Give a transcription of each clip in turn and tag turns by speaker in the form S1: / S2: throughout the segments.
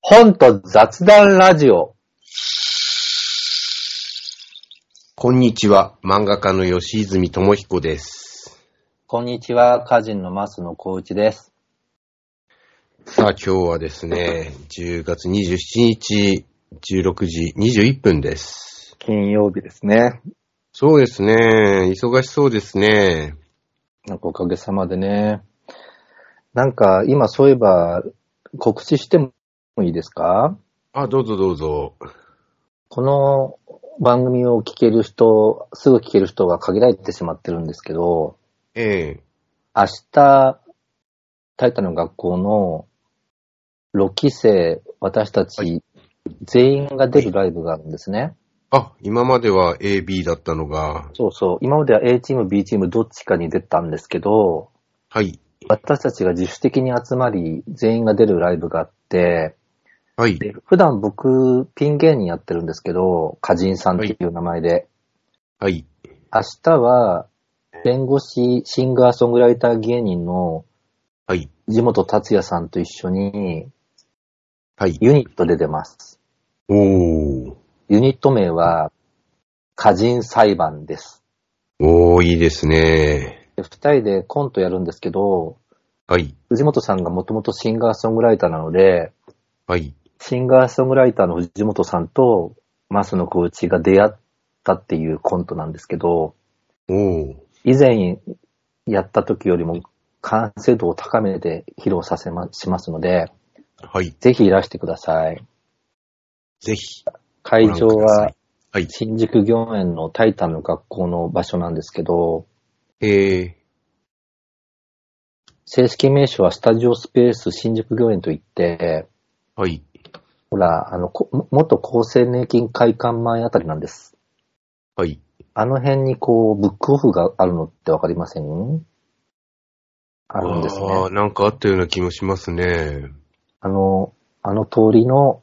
S1: 本と雑談ラジオ。
S2: こんにちは、漫画家の吉泉智彦です。
S1: こんにちは、歌人の増野幸一です。
S2: さあ、今日はですね、10月27日、16時21分です。
S1: 金曜日ですね。
S2: そうですね、忙しそうですね。
S1: なんかおかげさまでね。なんか今そういえば告知してもいいですか
S2: あ、どうぞどうぞ。
S1: この番組を聞ける人、すぐ聞ける人が限られてしまってるんですけど、
S2: ええ
S1: 明日、タイタの学校の6期生、私たち全員が出るライブがあるんですね。
S2: あ、今までは A、B だったのが、
S1: そうそう。今までは A チーム、B チームどっちかに出たんですけど、
S2: はい、
S1: 私たちが自主的に集まり、全員が出るライブがあって、
S2: はい、
S1: で普段僕、ピン芸人やってるんですけど、歌人さんっていう名前で、
S2: はい、
S1: 明日は、弁護士、シンガーソングライター芸人の
S2: はい、
S1: 地元達也さんと一緒に
S2: はい。
S1: ユニットで出ます。
S2: おー、
S1: ユニット名は、歌人裁判です。
S2: おー、いいですね。
S1: で二人でコントやるんですけど、
S2: はい、
S1: 藤本さんがもともとシンガーソングライターなので、
S2: はい、
S1: シンガーソングライターの藤本さんと、増野幸一が出会ったっていうコントなんですけど、
S2: おー、
S1: 以前やった時よりも完成度を高めて披露させま、しますので、
S2: はい、
S1: ぜひいらしてください。
S2: ぜひ。
S1: 会場
S2: ご覧くださ、
S1: はい
S2: はい、
S1: 新宿御苑のタイタンの学校の場所なんですけど、
S2: ええ
S1: 正式名称はスタジオスペース新宿御苑といって、
S2: はい、
S1: ほら、あの、こも元厚生年金会館前あたりなんです。
S2: はい。
S1: あの辺にこう、ブックオフがあるのってわかりませんあるんですね。
S2: あーなんかあったような気もしますね。
S1: あの、あの通りの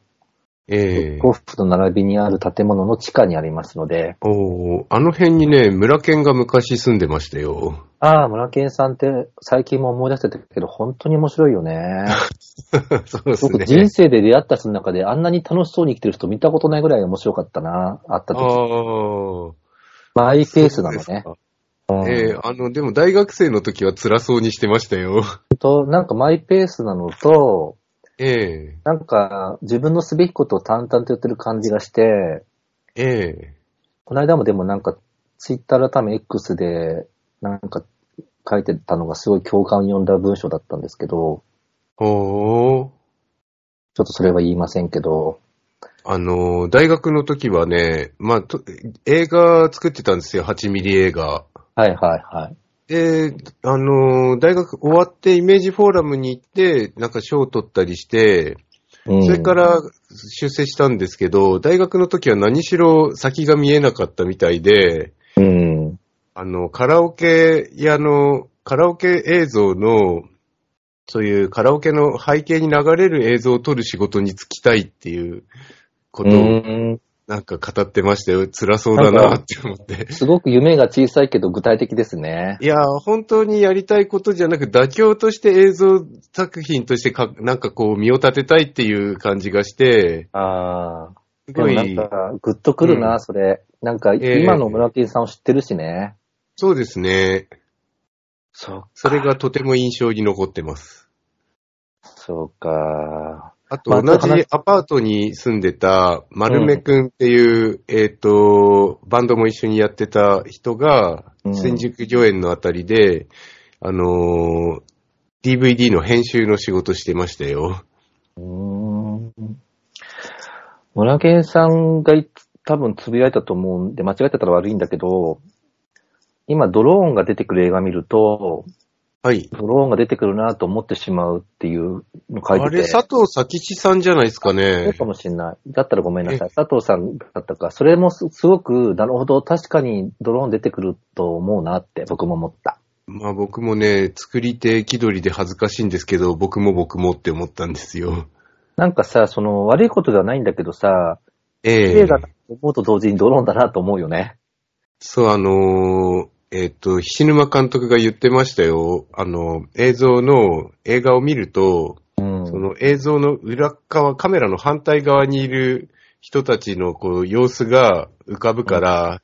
S1: ブ
S2: ええ
S1: ックオフの並びにある建物の地下にありますので、
S2: おーあの辺にね、村県が昔住んでましたよ。
S1: ああ、村健さんって最近も思い出してたけど、本当に面白いよね。
S2: そうです
S1: 僕
S2: ね
S1: 人。生で出会った人の中であんなに楽しそうに生きてる人見たことないぐらい面白かったな、あった
S2: あ
S1: 時。
S2: ー
S1: マイペースなの
S2: そうで
S1: ね
S2: す。か
S1: うん
S2: ええあの、でも大学生の時は辛そうにしてましたよ。
S1: と、なんかマイペースなのと、
S2: え
S1: なんか自分のすべきことを淡々と言ってる感じがして、
S2: えええ
S1: この間もでもなんか、ツイッター改め X で、なんか書いてたのがすごい共感を呼んだ文章だったんですけど、
S2: おー
S1: ちょっとそれは言いませんけど、
S2: あの、大学の時はね、まあ、と映画作ってたんですよ、8ミリ映画。
S1: はいはいはい。
S2: で、あの、大学終わってイメージフォーラムに行って、なんか賞を取ったりして、
S1: うん
S2: それか、ら出世したんですけど、大学の時は何しろ先が見えなかったみたいで、
S1: うん。
S2: あの、カラオケ屋の、カラオケ映像の、そういうカラオケの背景に流れる映像を撮る仕事に就きたいっていうこ
S1: う
S2: とを
S1: ん、
S2: なんか語ってましたよ。辛そうだなって思って。
S1: すごく夢が小さいけど具体的ですね。
S2: いや、本当にやりたいことじゃなく、妥協として映像作品としてか、なんかこう身を立てたいっていう感じがして、
S1: ああ。で
S2: すご
S1: も
S2: い
S1: なんか、グッとくるな、
S2: うん
S1: それ。なんか、
S2: ええ
S1: 今の村木さんを知ってるしね。
S2: そうですね。
S1: そう
S2: それがとても印象に残ってます。
S1: そうか。ま
S2: あ
S1: あちょ
S2: と、同
S1: っと話
S2: じアパートに住んでた、丸目くんっていう、えっ、と、バンドも一緒にやってた人が
S1: う、ん
S2: 新宿御苑のあたりで、あのー DVD の編集の仕事してましたよ。
S1: うーん村健さんがい多分つぶやいたと思うんで、間違ってたら悪いんだけど、今ドローンが出てくる映画見ると、
S2: はい。
S1: ドローンが出てくるなと思ってしまうっていうの書いてて。
S2: あれ、佐藤佐吉さんじゃないですか
S1: そう
S2: ね。
S1: かもしれない。だったらごめんなさい。佐藤さんだったか。それもすすごく、なるほど、確かにドローン出てくると思うなって僕も思った。
S2: まあ僕もね、作り手気取りで恥ずかしいんですけど、僕も僕もって思ったんですよ。
S1: なんかさ、その悪いことではないんだけどさ、
S2: ええ
S1: 映画だと思うと同時にドローンだなと思うよね。
S2: そう、あのーえっ、と、菱沼監督が言ってましたよ。あの、映像の映画を見ると、
S1: うん。
S2: その映像の裏側、カメラの反対側にいる人たちのこう様子が浮かぶから、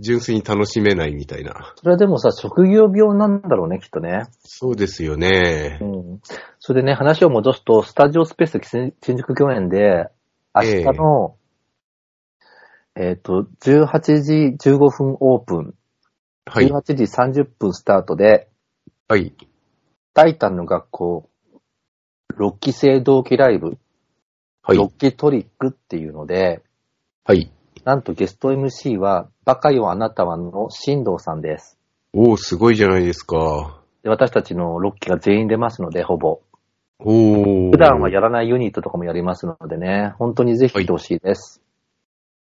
S2: 純粋に楽しめないみたいな。
S1: それはでもさ、職業病なんだろうね、きっとね。
S2: そうですよね
S1: う。ん。それでね、話を戻すと、スタジオスペース新新宿御苑で、明日の、えっ、と、18時15分オープン、
S2: はい。
S1: 18時30分スタートで、
S2: はい。
S1: タイタンの学校、6期生同期ライブ、
S2: はい。
S1: 6期トリックっていうので、
S2: はい。
S1: なんとゲスト MC は、バカよあなたはの新藤さんです。
S2: おー、すごいじゃないですか。
S1: で私たちの6期が全員出ますので、ほぼ。
S2: おー。
S1: 普段はやらないユニットとかもやりますのでね、本当にぜひ来てほしいです。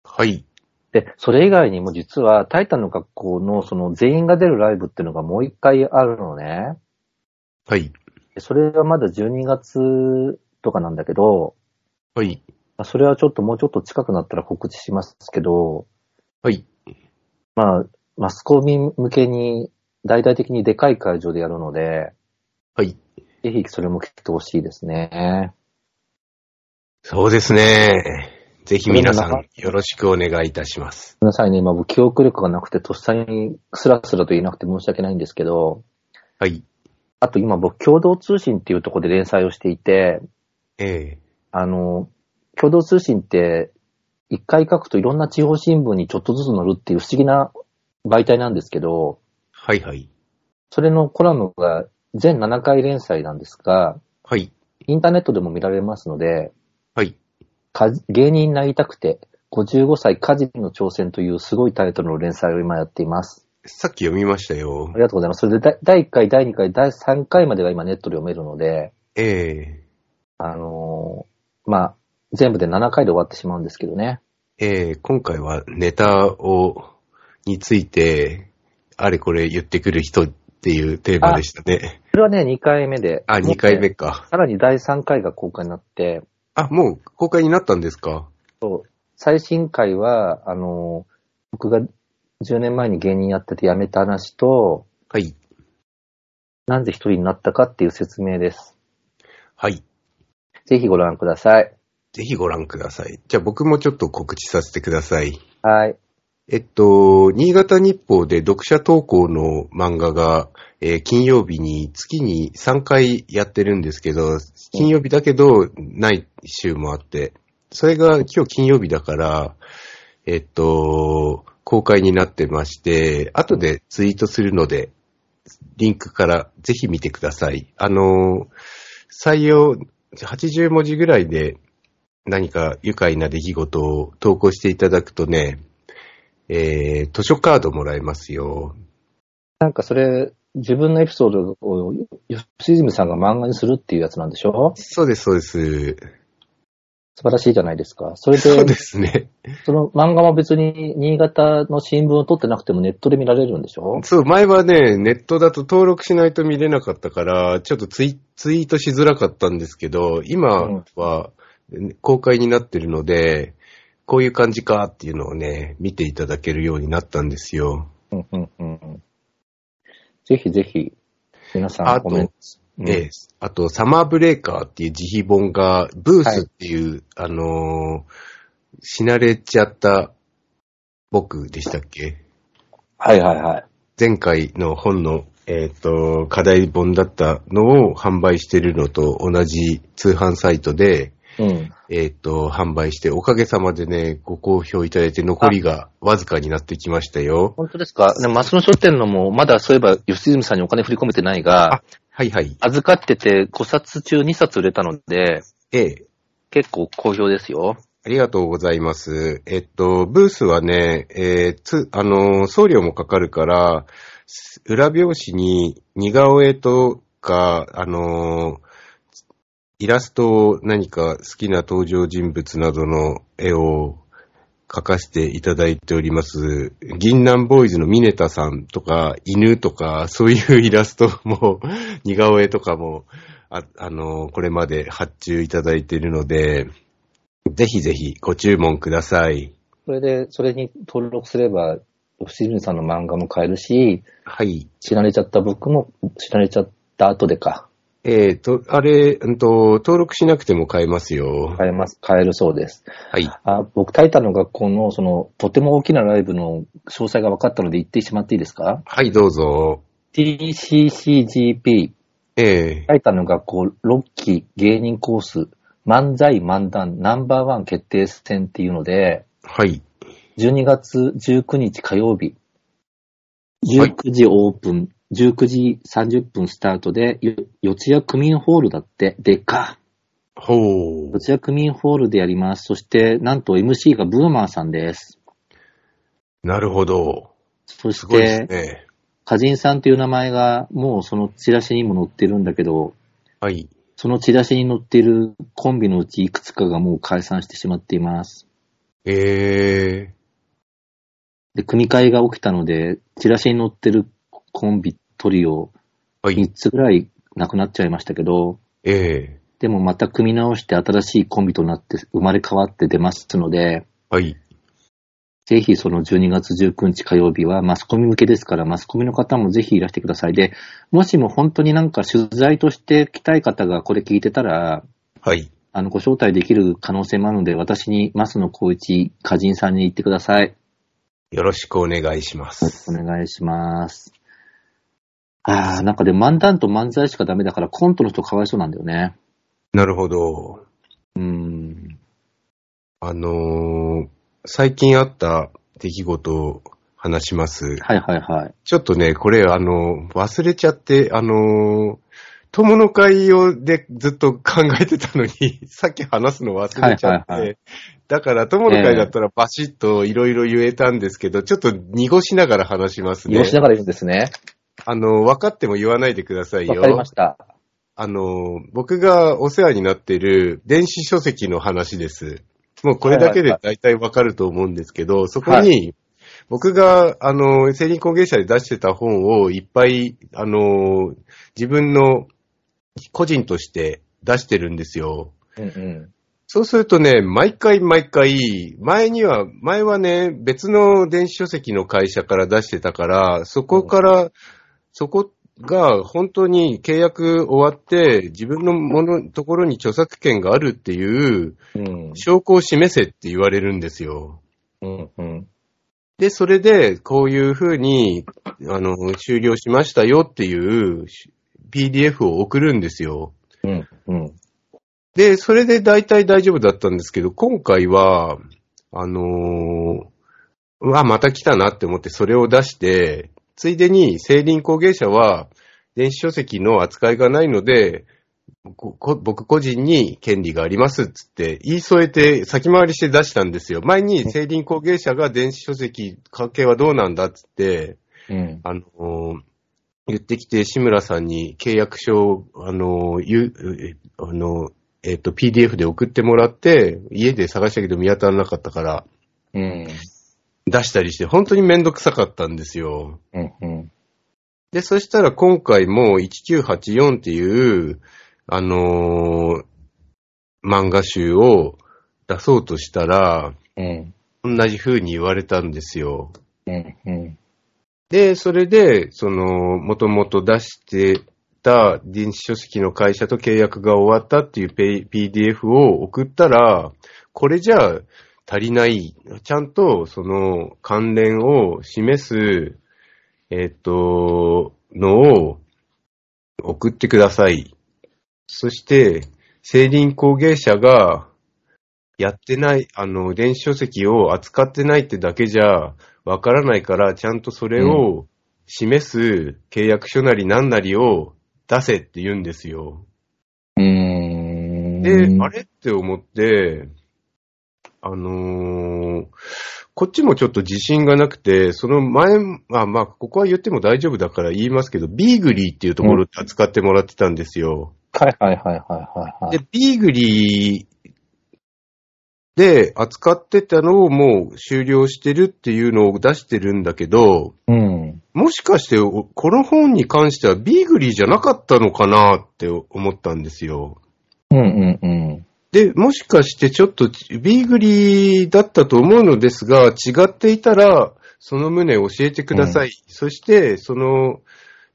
S2: はい。
S1: で、それ以外にも実は、タイタンの学校のその全員が出るライブっていうのがもう一回あるのね。
S2: はい。
S1: でそれはまだ12月とかなんだけど、
S2: はい。
S1: まあそれはちょっともうちょっと近くなったら告知しますけど、
S2: はい。
S1: まあ、マスコミ向けに大々的にでかい会場でやるので、
S2: はい。
S1: ぜひそれも来てほしいですね。
S2: そうですね。ぜひ皆さん、よろしくお願いいたします。
S1: ごめんなさいね、今僕記憶力がなくてとっさにスラスラと言えなくて申し訳ないんですけど、
S2: はい。
S1: あと今僕共同通信っていうところで連載をしていて、
S2: ええ
S1: あの、共同通信って一回書くといろんな地方新聞にちょっとずつ載るっていう不思議な媒体なんですけど、
S2: はいはい。
S1: それのコラムが全7回連載なんですが、
S2: はい。
S1: インターネットでも見られますので、
S2: はい。
S1: か芸人になりたくて、55歳家事の挑戦というすごいタイトルの連載を今やっています。
S2: さっき読みましたよ
S1: あり。がとうございます。それでだ第1回、第2回、第3回までが今ネットで読めるので、
S2: ええ
S1: あのーまあ、全部で7回で終わってしまうんですけどね。
S2: ええ今回はネタを、について、あれこれ言ってくる人っていうテーマでしたね。
S1: それはね、2回目で。
S2: あ、2回目
S1: もっ
S2: か
S1: と。さらに第3回が公開になって、
S2: あ、もう公開になったんですか
S1: そう最新回は、あのー僕が10年前に芸人やってて辞めた話と、
S2: はい。
S1: なんで一人になったかっていう説明です。
S2: はい。
S1: ぜひご覧ください。
S2: ぜひご覧ください。じゃあ僕もちょっと告知させてください。
S1: はい。
S2: えっと、新潟日報で読者投稿の漫画が、えー金曜日に月に3回やってるんですけど、金曜日だけどない週もあって、それが今日金曜日だから、えっと、公開になってまして、後でツイートするので、リンクからぜひ見てください。あの、採用80文字ぐらいで何か愉快な出来事を投稿していただくとね、えー、図書カードもらえますよ。
S1: なんかそれ、自分のエピソードを吉泉さんが漫画にするっていうやつなんでしょ
S2: そうです、そうです。
S1: 素晴らしいじゃないですか。それ
S2: そうで
S1: で、
S2: すね。
S1: その漫画も別に新潟の新聞を取ってなくてもネットで見られるんでしょ
S2: そう、前はね、ネットだと登録しないと見れなかったから、ちょっとツイツイートしづらかったんですけど、今は公開になってるので、こういう感じかっていうのをね、見ていただけるようになったんですよ。
S1: うんうんうんうん。ぜひぜひ、皆さ
S2: あ
S1: んコメン
S2: と
S1: ト。、うん
S2: ええあと、サマーブレーカーっていう自費本が、ブースっていう、あのー死なれちゃった僕でしたっけ
S1: はいはいはい。
S2: 前回の本の、えっ、と、課題本だったのを販売してるのと同じ通販サイトで、
S1: うん。
S2: えっ、と、販売して、おかげさまでね、ご好評いただいて、残りがわずかになってきましたよ。
S1: 本当ですかね、マスの書店のも、まだそういえば吉泉さんにお金振り込めてないが、
S2: はいはい。
S1: 預かってて5冊中2冊売れたので、
S2: ええ
S1: 結構好評ですよ。
S2: ありがとうございます。えっと、ブースはね、えーつ、あのー、送料もかかるから、す裏表紙に似顔絵とか、あのー、イラストを何か好きな登場人物などの絵を描かせていただいております。銀杏ボーイズのミネタさんとか、犬とか、そういうイラストも、 似顔絵とかも、あ、あのー、これまで発注いただいているので、ぜひぜひご注文ください。
S1: それで、それに登録すれば、吉住さんの漫画も買えるし、
S2: はい。
S1: 知られちゃった僕も知られちゃった後でか。
S2: えっ、と、あれ、うんと、登録しなくても買えますよ。
S1: 買えます、買えるそうです。
S2: はい。
S1: あ僕、タイタンの学校の、その、とても大きなライブの詳細が分かったので言ってしまっていいですか
S2: はい、どうぞ。
S1: ?TCCGP、
S2: ええ
S1: タイタンの学校6期芸人コース、漫才漫談ナンバーワン決定戦っていうので、
S2: はい。
S1: 12月19日火曜日、19時オープン、19時30分スタートで、よ四谷区民ホールだって、でっか。
S2: ほう
S1: 四。谷区民ホールでやります。そして、なんと MC がブーマーさんです。
S2: なるほど。
S1: そ
S2: す
S1: し
S2: ごいです
S1: て、
S2: ね。
S1: 歌人さんっていう名前が、もうそのチラシにも載ってるんだけど、
S2: はい。
S1: そのチラシに載ってるコンビのうちいくつかがもう解散してしまっています。
S2: ええ
S1: で、組み替えが起きたので、チラシに載ってるコンビ、トリオ、
S2: はい
S1: 3。つぐらいなくなっちゃいましたけど、
S2: ええ
S1: でもまた組み直して新しいコンビとなって生まれ変わって出ますので、
S2: はい。
S1: ぜひその12月19日火曜日はマスコミ向けですから、マスコミの方もぜひいらしてください。で、もしも本当になんか取材として来たい方がこれ聞いてたら、
S2: はい。
S1: あの、ご招待できる可能性もあるので、私に、マスの光一、歌人さんに言ってください。
S2: よろしくお願いします。
S1: お願いします。ああ、なんかで漫談と漫才しかダメだから、コントの人かわいそうなんだよね。
S2: なるほど。
S1: うーん。
S2: あのー最近あった出来事を話します。
S1: はいはいはい。
S2: ちょっとね、これ、あのー忘れちゃって、あのー友の会をでずっと考えてたのに、 さっき話すの忘れちゃって、
S1: はいはいは
S2: だから友の会だったらバシッといろいろ言えたんですけど、ちょっと濁しながら話しますね
S1: 用。しながら言うんですね。
S2: あのー、分かっても言わないでください
S1: わ
S2: よ。
S1: かりました。
S2: あの、僕がお世話になっている電子書籍の話です。もうこれだけで大体わかると思うんですけど、そこ
S1: は
S2: に、僕が、あの、成人工芸者で出してた本をいっぱい、あの、自分の個人として出してるんですよ。
S1: うんうん。
S2: そうするとね、毎回毎回、前には、前はね、別の電子書籍の会社から出してたから、そこから、そこが本当に契約終わって、自分のもの、ところに著作権があるっていう
S1: うん。
S2: 証拠を示せって言われるんですよ。
S1: うんうん。
S2: で、それで、こういうふうに、あの、終了しましたよっていう PDF を送るんですよ。
S1: うんうん。
S2: で、それで大体大丈夫だったんですけど、今回は、あのーうわ、また来たなって思ってそれを出して、ついでに、成林工芸者は、電子書籍の扱いがないので、ここ僕個人に権利がありますっつって、言い添えて先回りして出したんですよ。前に、成林工芸者が電子書籍関係はどうなんだっつって、
S1: うん。
S2: あのー言ってきて、志村さんに契約書を、あのーゆえあのーえっ、と、PDF で送ってもらって、家で探したけど見当たらなかったから、
S1: うん。
S2: 出したりして、本当にめんどくさかったんですよ。
S1: うんうん。
S2: で、そしたら今回も1984っていう、あのー漫画集を出そうとしたら、
S1: うん
S2: 同じ風に言われたんですよ。
S1: うんうん。
S2: で、それで、その、もともと出してた電子書籍の会社と契約が終わったっていうペイ PDF を送ったら、これじゃ足りない、ちゃんとその関連を示す、えっと、のを送ってください。そして、成林工芸者がやってない、あの、電子書籍を扱ってないってだけじゃわからないから、ちゃんとそれを示す契約書なり何なりを出せって言うんですよ。
S1: うーん。
S2: で、あれって思って、あのーこっちもちょっと自信がなくて、その前、あまあ、ここは言っても大丈夫だから言いますけど、ビーグリーっていうところで扱ってもらってたんですよ。
S1: はいはいはいはいはいはい。
S2: で、ビーグリーで扱ってたのをもう終了してるっていうのを出してるんだけど、
S1: うん。
S2: もしかしておこの本に関してはビーグリーじゃなかったのかなって思ったんですよ。
S1: うんうんうん。
S2: で、もしかしてちょっとビーグリーだったと思うのですが、違っていたら、その旨教えてください。そして、その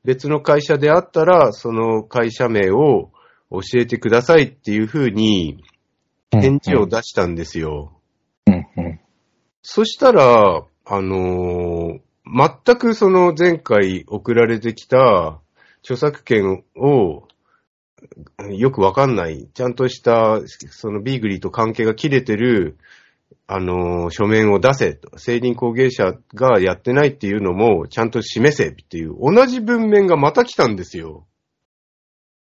S2: 別の会社であったら、その会社名を教えてくださいっていうふうに返事を出したんですよ。
S1: うんうん。
S2: そしたら、あのー全くその前回送られてきた著作権をよくわかんない、ちゃんとした、そのビーグリーと関係が切れてる、あのー書面を出せと、成人工芸者がやってないっていうのも、ちゃんと示せっていう、同じ文面がまた来たんですよ。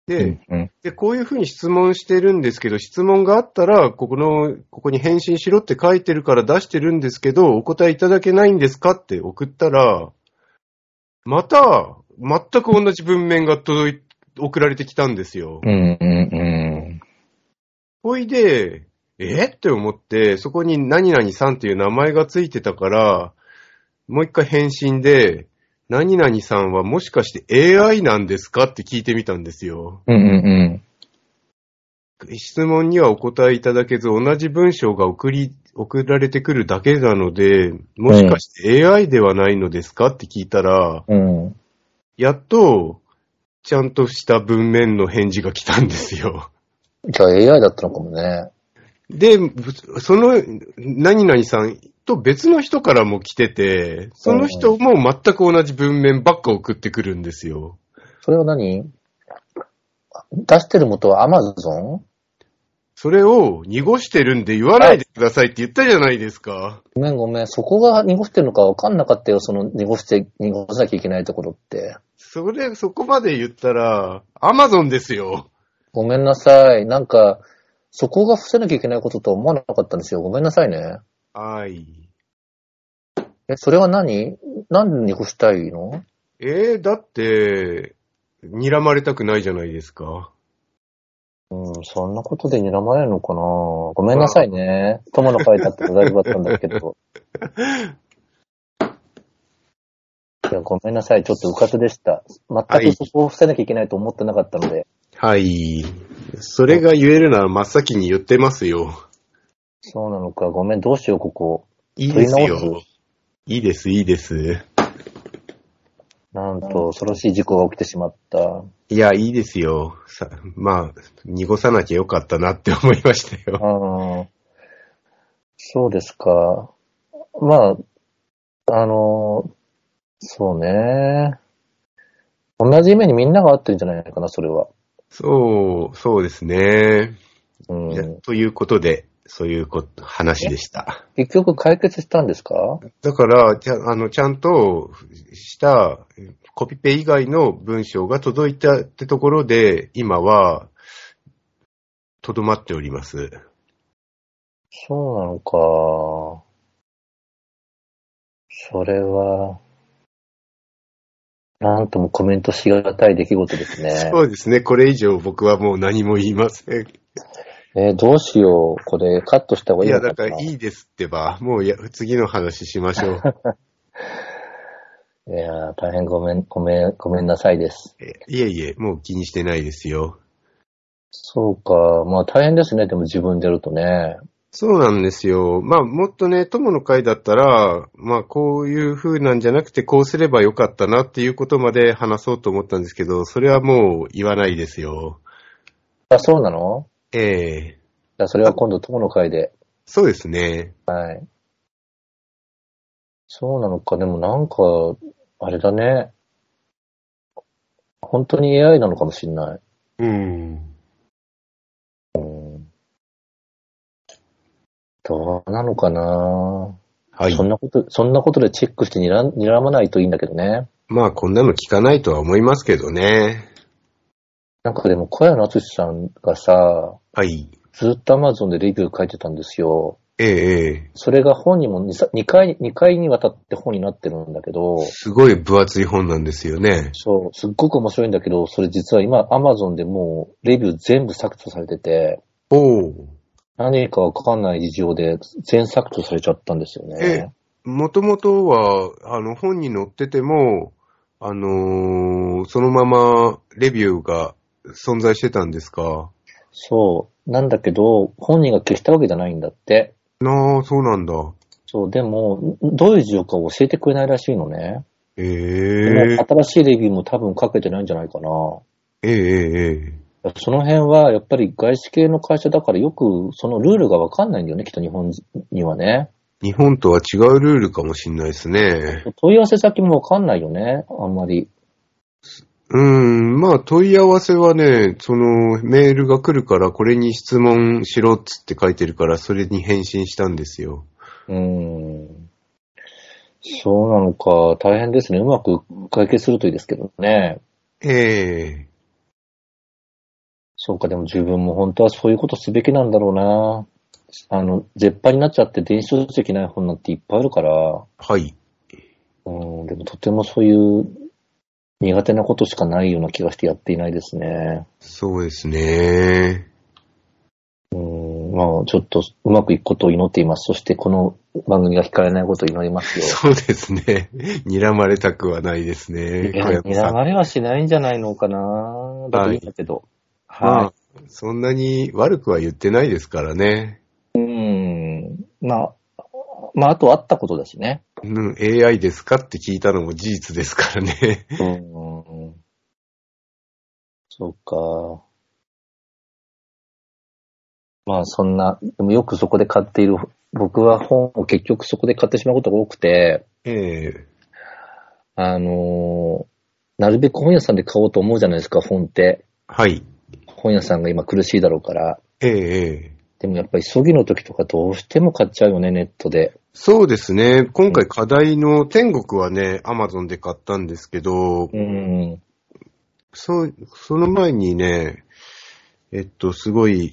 S2: で、
S1: うん
S2: で、こういうふうに質問してるんですけど、質問があったら、ここの、ここに返信しろって書いてるから出してるんですけど、お答えいただけないんですかって送ったら、また、全く同じ文面が届い、送られてきたんですよ。
S1: うんうんうん。
S2: ほいで、えって思って、そこに何々さんっていう名前がついてたから、もう一回返信で、何々さんはもしかして AI なんですかって聞いてみたんですよ。
S1: うんうん
S2: 質問にはお答えいただけず、同じ文章が送り、送られてくるだけなので、もしかして AI ではないのですかって聞いたら、
S1: うん。うん。
S2: やっと、ちゃんとした文面の返事が来たんですよ。
S1: じゃあ AI だったのかもね。
S2: で、その、何々さんと別の人からも来てて、その人も全く同じ文面ばっか送ってくるんですよ。
S1: それは何出してる元は Amazon?
S2: それを濁してるんで言わないでくださいって言ったじゃないですか。
S1: ごめんごめん。そこが濁してるのか分かんなかったよ。その濁して、濁さなきゃいけないところって。
S2: それ、そこまで言ったら、アマゾンですよ。
S1: ごめんなさい。なんか、そこが伏せなきゃいけないこととは思わなかったんですよ。ごめんなさいね。
S2: はい。
S1: え、それは何なんで濁したいの
S2: えー、だって、睨まれたくないじゃないですか。
S1: うん、そんなことで睨まれるのかなごめんなさいね。友の書いてあったら大丈夫だったんだけど。いやごめんなさい。ちょっとうかつでした。全くそこを伏せなきゃいけないと思ってなかったので。
S2: はい。それが言えるなら真っ先に言ってますよ。
S1: そうなのか。ごめん。どうしよう、ここ。
S2: いいです
S1: 取り直
S2: よ。いいです、いいです。
S1: なんと、恐ろしい事故が起きてしまった。
S2: いや、いいですよ。さまあ、濁さなきゃよかったなって思いました よ。
S1: うん。そうですか。まあ、あの、そうね。同じ目にみんなが合ってるんじゃないかな、それは。
S2: そう、そうですね。
S1: うん
S2: いや。ということで、そういうこと話でした。
S1: 結局解決したんですか
S2: だから、ちゃんあのちゃんとしたコピペ以外の文章が届いたってところで、今は、とどまっております。
S1: そうなのか。それは、なんともコメントしがたい出来事です ね。
S2: そうですね。これ以上僕はもう何も言いません。
S1: えーどうしよう。これカットした方が
S2: い
S1: いい
S2: や、
S1: の
S2: だ
S1: か
S2: から
S1: ない
S2: いですってば、もういや次の話しまし ょう。
S1: いやー大変ごめん、ごめん、ごめんなさいです。
S2: えいえいえ、もう気にしてないですよ。
S1: そうか。まあ大変ですね。でも自分でやるとね。
S2: そうなんですよ。まあ、もっとね、友の会だったら、まあ、こういう風なんじゃなくて、こうすればよかったなっていうことまで話そうと思ったんですけど、それはもう言わないですよ。
S1: あ、そうなの
S2: ええ
S1: じゃあそれは今度友の会で。
S2: そうですね。
S1: はい。そうなのか。でもなんか、あれだね。本当に AI なのかもしんない。
S2: うん。
S1: うん。どうなのかな、
S2: はい
S1: そ。んなこと、そんなことでチェックしてにら睨まないといいんだけどね。
S2: まあ、こんなの聞かないとは思いますけどね。
S1: なんかでも小谷夏史さんがさ、
S2: はい。
S1: ずっと Amazon でレビュー書いてたんですよ。
S2: ええええ
S1: それが本にも 2, 回、二回にわたって本になってるんだけど、
S2: すごい分厚い本なんですよね。
S1: そう、すっごく面白いんだけど、それ実は今 Amazon でもうレビュー全部削除されてて、
S2: おう。
S1: 何かわかんない事情で全削除されちゃったんですよね。
S2: もともとは、あの、本に載ってても、あのーそのままレビューが存在してたんですか
S1: そう。なんだけど、本人が消したわけじゃないんだって。
S2: なあ、そうなんだ。
S1: そう、でも、どういう事情か教えてくれないらしいのね。
S2: え
S1: も
S2: え
S1: う新しいレビューも多分書けてないんじゃないかな。
S2: えええ
S1: その辺はやっぱり外資系の会社だからよくそのルールがわかんないんだよね、きっと日本にはね。
S2: え日本とは違うルールかもしれないですね。
S1: 問い合わせ先もわかんないよね、あんまり。
S2: うん、まあ問い合わせはね、そのメールが来るからこれに質問しろっつって書いてるからそれに返信したんですよ。
S1: うーん。そうなのか、大変ですね。うまく解決するといいですけどね。
S2: ええ
S1: そうか、でも自分も本当はそういうことすべきなんだろうな。あの、絶版になっちゃって電子書籍ない本なんていっぱいあるから、
S2: はい。
S1: うん、でもとてもそういう苦手なことしかないような気がしてやっていないですね。
S2: そうですね。
S1: うん、まあ、ちょっとうまくいくことを祈っています。そしてこの番組が惹かれないことを祈りますよ。
S2: そうですね。 睨まれたくはないですね。
S1: いや、
S2: 小籔さん
S1: 睨まれはしないんじゃないのかな。だっていいんだけど。はい。
S2: まあ、そんなに悪くは言ってないですからね。
S1: うん。まあ、まあ、あとあったことだしね。
S2: うん、AI ですかって聞いたのも事実ですからね。
S1: うん。そうか。まあ、そんな、でもよくそこで買っている、僕は本を結局そこで買ってしまうことが多くて、
S2: ええ
S1: あのーなるべく本屋さんで買おうと思うじゃないですか、本って。
S2: はい。
S1: 本屋さんが今苦しいだろうから。
S2: ええええ
S1: でもやっぱり急ぎの時とかどうしても買っちゃうよね、ネットで。
S2: そうですね。今回課題の天国はね、アマゾンで買ったんですけど、
S1: うん。
S2: そう、その前にね、えっと、すごい、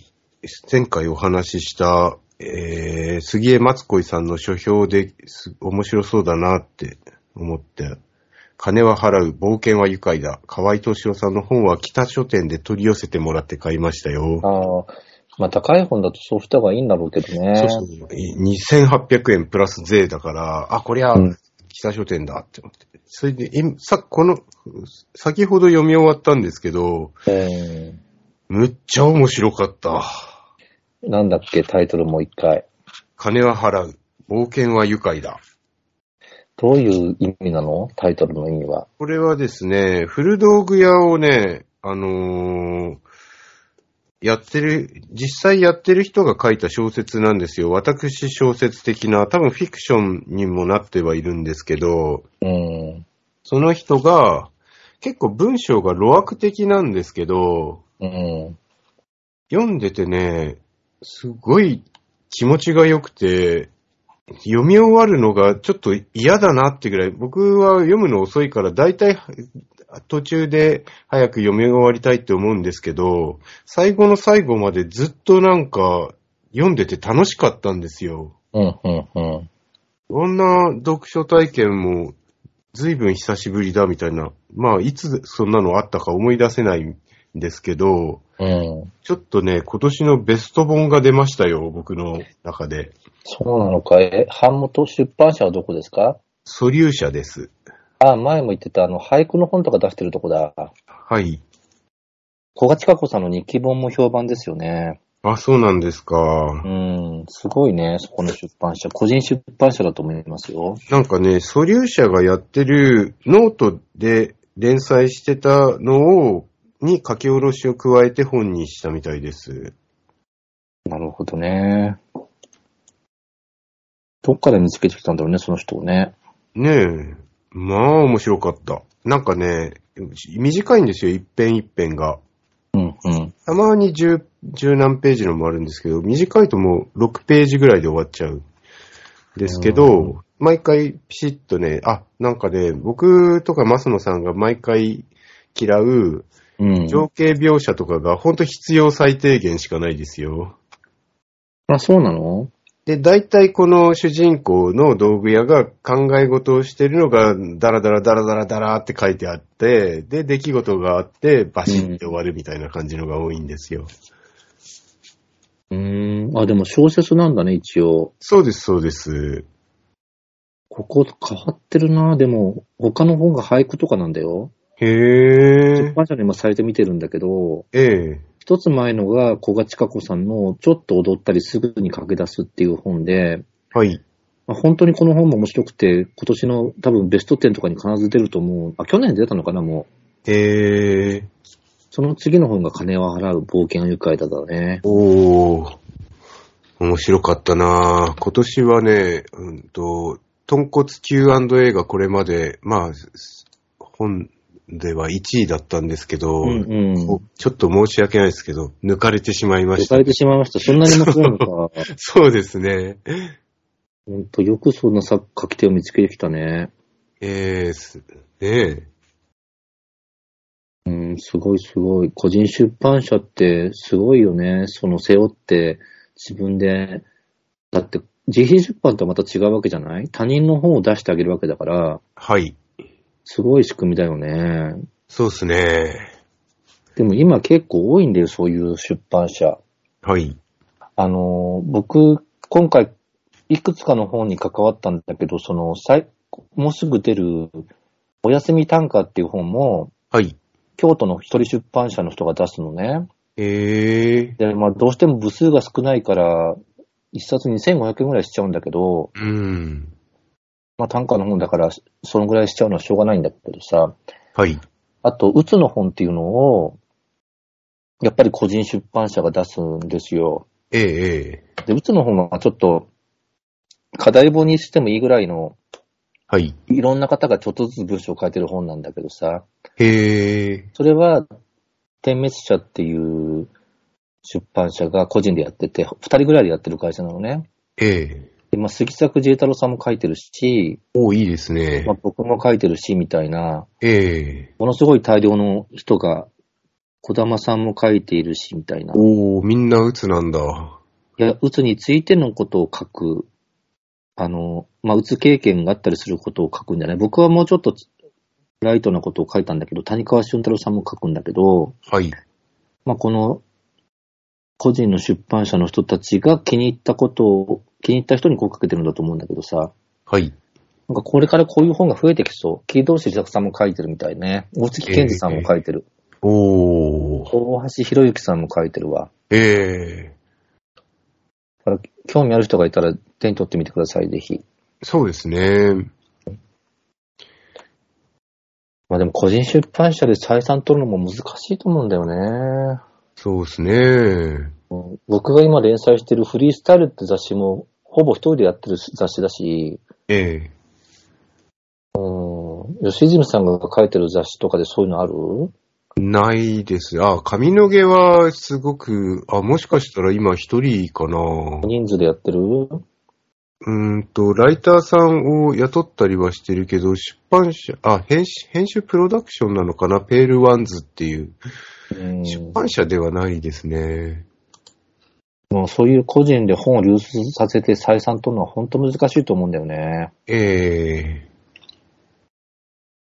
S2: 前回お話しした、えー、杉江松恋さんの書評です面白そうだなって思って、金は払う、冒険は愉快だ。河合敏夫さんの本は北書店で取り寄せてもらって買いましたよ。
S1: ああ、まあ高い本だとそうした方がいいんだろうけどね。
S2: そうそう。2800円プラス税だから、あ、こりゃ
S1: うん、
S2: 北書店だって思って。それで、今さ、この、先ほど読み終わったんですけど、
S1: え
S2: むっちゃ面白かった。
S1: ーなんだっけ、タイトルもう一回。
S2: 金は払う。冒険は愉快だ。
S1: どういう意味なのタイトルの意味は。
S2: これはですね、古道具屋をね、あのーやってる、実際やってる人が書いた小説なんですよ。私小説的な、多分フィクションにもなってはいるんですけど、
S1: うん。
S2: その人が、結構文章が露悪的なんですけど、
S1: うん。
S2: 読んでてね、すごい気持ちが良くて、読み終わるのがちょっと嫌だなってぐらい、僕は読むの遅いから、だいたい途中で早く読み終わりたいって思うんですけど、最後の最後までずっとなんか読んでて楽しかったんですよ。
S1: うん、うん、うん。
S2: こんな読書体験も随分久しぶりだみたいな、まあいつそんなのあったか思い出せないんですけど、
S1: うん。
S2: ちょっとね、今年のベスト本が出ましたよ、僕の中で。
S1: そうなのか。え、版元出版社はどこですか
S2: 素粒者です。
S1: あ、前も言ってた、あの、俳句の本とか出してるとこだ。
S2: はい。
S1: 古賀千香子さんの日記本も評判ですよね。
S2: あ、そうなんですか
S1: う。ん。すごいね、そこの出版社。個人出版社だと思いますよ。
S2: なんかね、素粒者がやってるノートで連載してたのを、に書き下ろしを加えて本にしたみたいです。
S1: なるほどね。どっかで見つけてきたんだろうね、その人をね。
S2: ねえ。まあ面白かった。なんかね、短いんですよ、一編一編が。
S1: うん、うん。
S2: たまに十、十何ページのもあるんですけど、短いともう6ページぐらいで終わっちゃうんですけ
S1: うん
S2: ど、毎回ピシッとね、あ、なんかね、僕とかマスノさんが毎回嫌う
S1: うん。
S2: 情景描写とかが本当必要最低限しかないですよ。
S1: あ、そうなの
S2: で、大体この主人公の道具屋が考え事をしてるのが、ダラダラダラダラダラって書いてあって、で、出来事があって、バシッて終わるみたいな感じのが多いんですよ。
S1: うーん。あ、でも小説なんだね、一応。
S2: そうです、そうです。
S1: ここ変わってるなでも、他の本が俳句とかなんだよ。
S2: へ
S1: 出
S2: え。
S1: 版社の今サイト見てるんだけど、
S2: ええ。
S1: 一つ前のが古賀千香子さんのちょっと踊ったりすぐに駆け出すっていう本で、
S2: はい。
S1: まあ本当にこの本も面白くて、今年の多分ベスト10とかに必ず出ると思う。あ、去年出たのかな、もう。
S2: へえ。
S1: その次の本が金を払う冒険愉快だだね。
S2: おー。面白かったなぁ今年はね、うんと、豚骨 Q&A がこれまで、まあ、す本では1位だったんですけど、
S1: うんうん。
S2: おちょっと申し訳ないですけど、抜かれてしまいま
S1: 抜
S2: し
S1: か
S2: た。
S1: れてしまいました。そんなに面白いのか。
S2: そうですね。
S1: 本当よくそんな作書き手を見つけてきたね。
S2: えー、す、ねえ。
S1: うん、すごいすごい。個人出版社ってすごいよね。その背負って自分で。だって、自費出版とはまた違うわけじゃない他人の本を出してあげるわけだから、
S2: はい。
S1: すごい仕組みだよね。
S2: そうですね。
S1: でも今結構多いんだよ、そういう出版社。
S2: はい。
S1: あの、僕、今回、いくつかの本に関わったんだけど、その、最もうすぐ出る、おやすみ短歌っていう本も、
S2: はい。
S1: 京都の一人出版社の人が出すのね。
S2: ええ
S1: で、まあ、どうしても部数が少ないから、一冊2500円ぐらいしちゃうんだけど、
S2: うん。
S1: まあ、短歌の本だから、そのぐらいしちゃうのはしょうがないんだけどさ、
S2: はい。
S1: あと、うつの本っていうのを、やっぱり個人出版社が出すんですよ。
S2: ええええ
S1: で、うつの方はちょっと、課題本にしてもいいぐらいの、
S2: はい。
S1: いろんな方がちょっとずつ文章を書いてる本なんだけどさ、
S2: へえ。
S1: それは、点滅社っていう出版社が個人でやってて、二人ぐらいでやってる会社なのね。
S2: ええ
S1: で、まあ、杉作慈太郎さんも書いてるし、
S2: おーいいですね
S1: まあ、。僕も書いてるし、みたいな、
S2: ええ
S1: ものすごい大量の人が、小玉さんも書いているし、みたいな。い
S2: おーみんな鬱なんだ。
S1: や、うつについてのことを書くあの、まあ、うつ経験があったりすることを書くんじゃない僕はもうちょっとライトなことを書いたんだけど、谷川俊太郎さんも書くんだけど、
S2: はい。
S1: まあ、この個人の出版社の人たちが気に入ったことを、気に入った人に声かけてるんだと思うんだけどさ、
S2: はい。
S1: なんかこれからこういう本が増えてきそう。木戸志作さんも書いてるみたいね。大月健二さんも書いてる。
S2: おー
S1: 大橋博之さんも書いてるわ。
S2: ええ
S1: だから興味ある人がいたら手に取ってみてください、ぜひ。
S2: そうですね。
S1: まあでも個人出版社で採算取るのも難しいと思うんだよね。
S2: そうですね。
S1: 僕が今連載してるフリースタイルって雑誌も、ほぼ一人でやってる雑誌だし、
S2: ええ
S1: うん、吉住さんが書いてる雑誌とかでそういうのある
S2: ないです。あ、髪の毛はすごく、あ、もしかしたら今一人かな。
S1: 人数でやってる
S2: うーんと、ライターさんを雇ったりはしてるけど、出版社、あ、編集、編集プロダクションなのかなペールワンズっていう。
S1: うん
S2: 出版社ではないですね。
S1: もうそういう個人で本を流通させて採算取るのは本当難しいと思うんだよね。
S2: ええ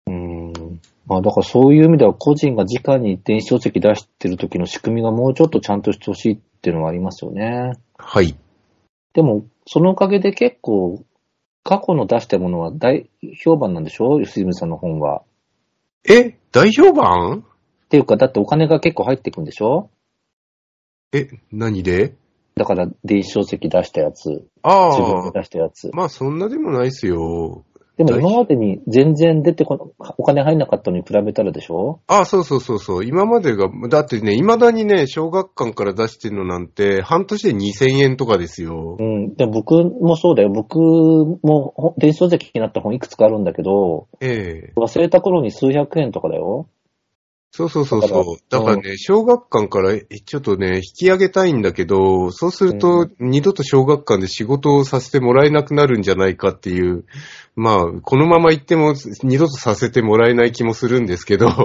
S1: うん。まあだからそういう意味では個人が直に電子書籍出してる時の仕組みがもうちょっとちゃんとしてほしいっていうのはありますよね。
S2: はい。
S1: でも、そのおかげで結構、過去の出したものは大評判なんでしょ吉住さんの本は。
S2: え、大評判
S1: っていうか、だってお金が結構入ってくんでしょ
S2: え、何で
S1: だから、電子書籍出したやつ、
S2: あ
S1: 自分
S2: あ
S1: で、出したやつ。
S2: まあそんなでもないっすよ。
S1: でも今までに全然出てこな、お金入んなかったのに比べたらでしょ
S2: ああ、そうそうそうそう。今までが、だってね、未だにね、小学館から出してるのなんて、半年で2000円とかですよ
S1: う。ん。でも僕もそうだよ。僕もほ電子書籍になった本いくつかあるんだけど、
S2: ええ
S1: 忘れた頃に数百円とかだ よ。
S2: そうそうそうそう。
S1: だ
S2: だ
S1: から
S2: からね、小学館からえちょっとね、引き上げたいんだけど、そうすると、二度と小学館で仕事をさせてもらえなくなるんじゃないかっていう、まあ、このまま行っても、二度とさせてもらえない気もするんですけど、
S1: なん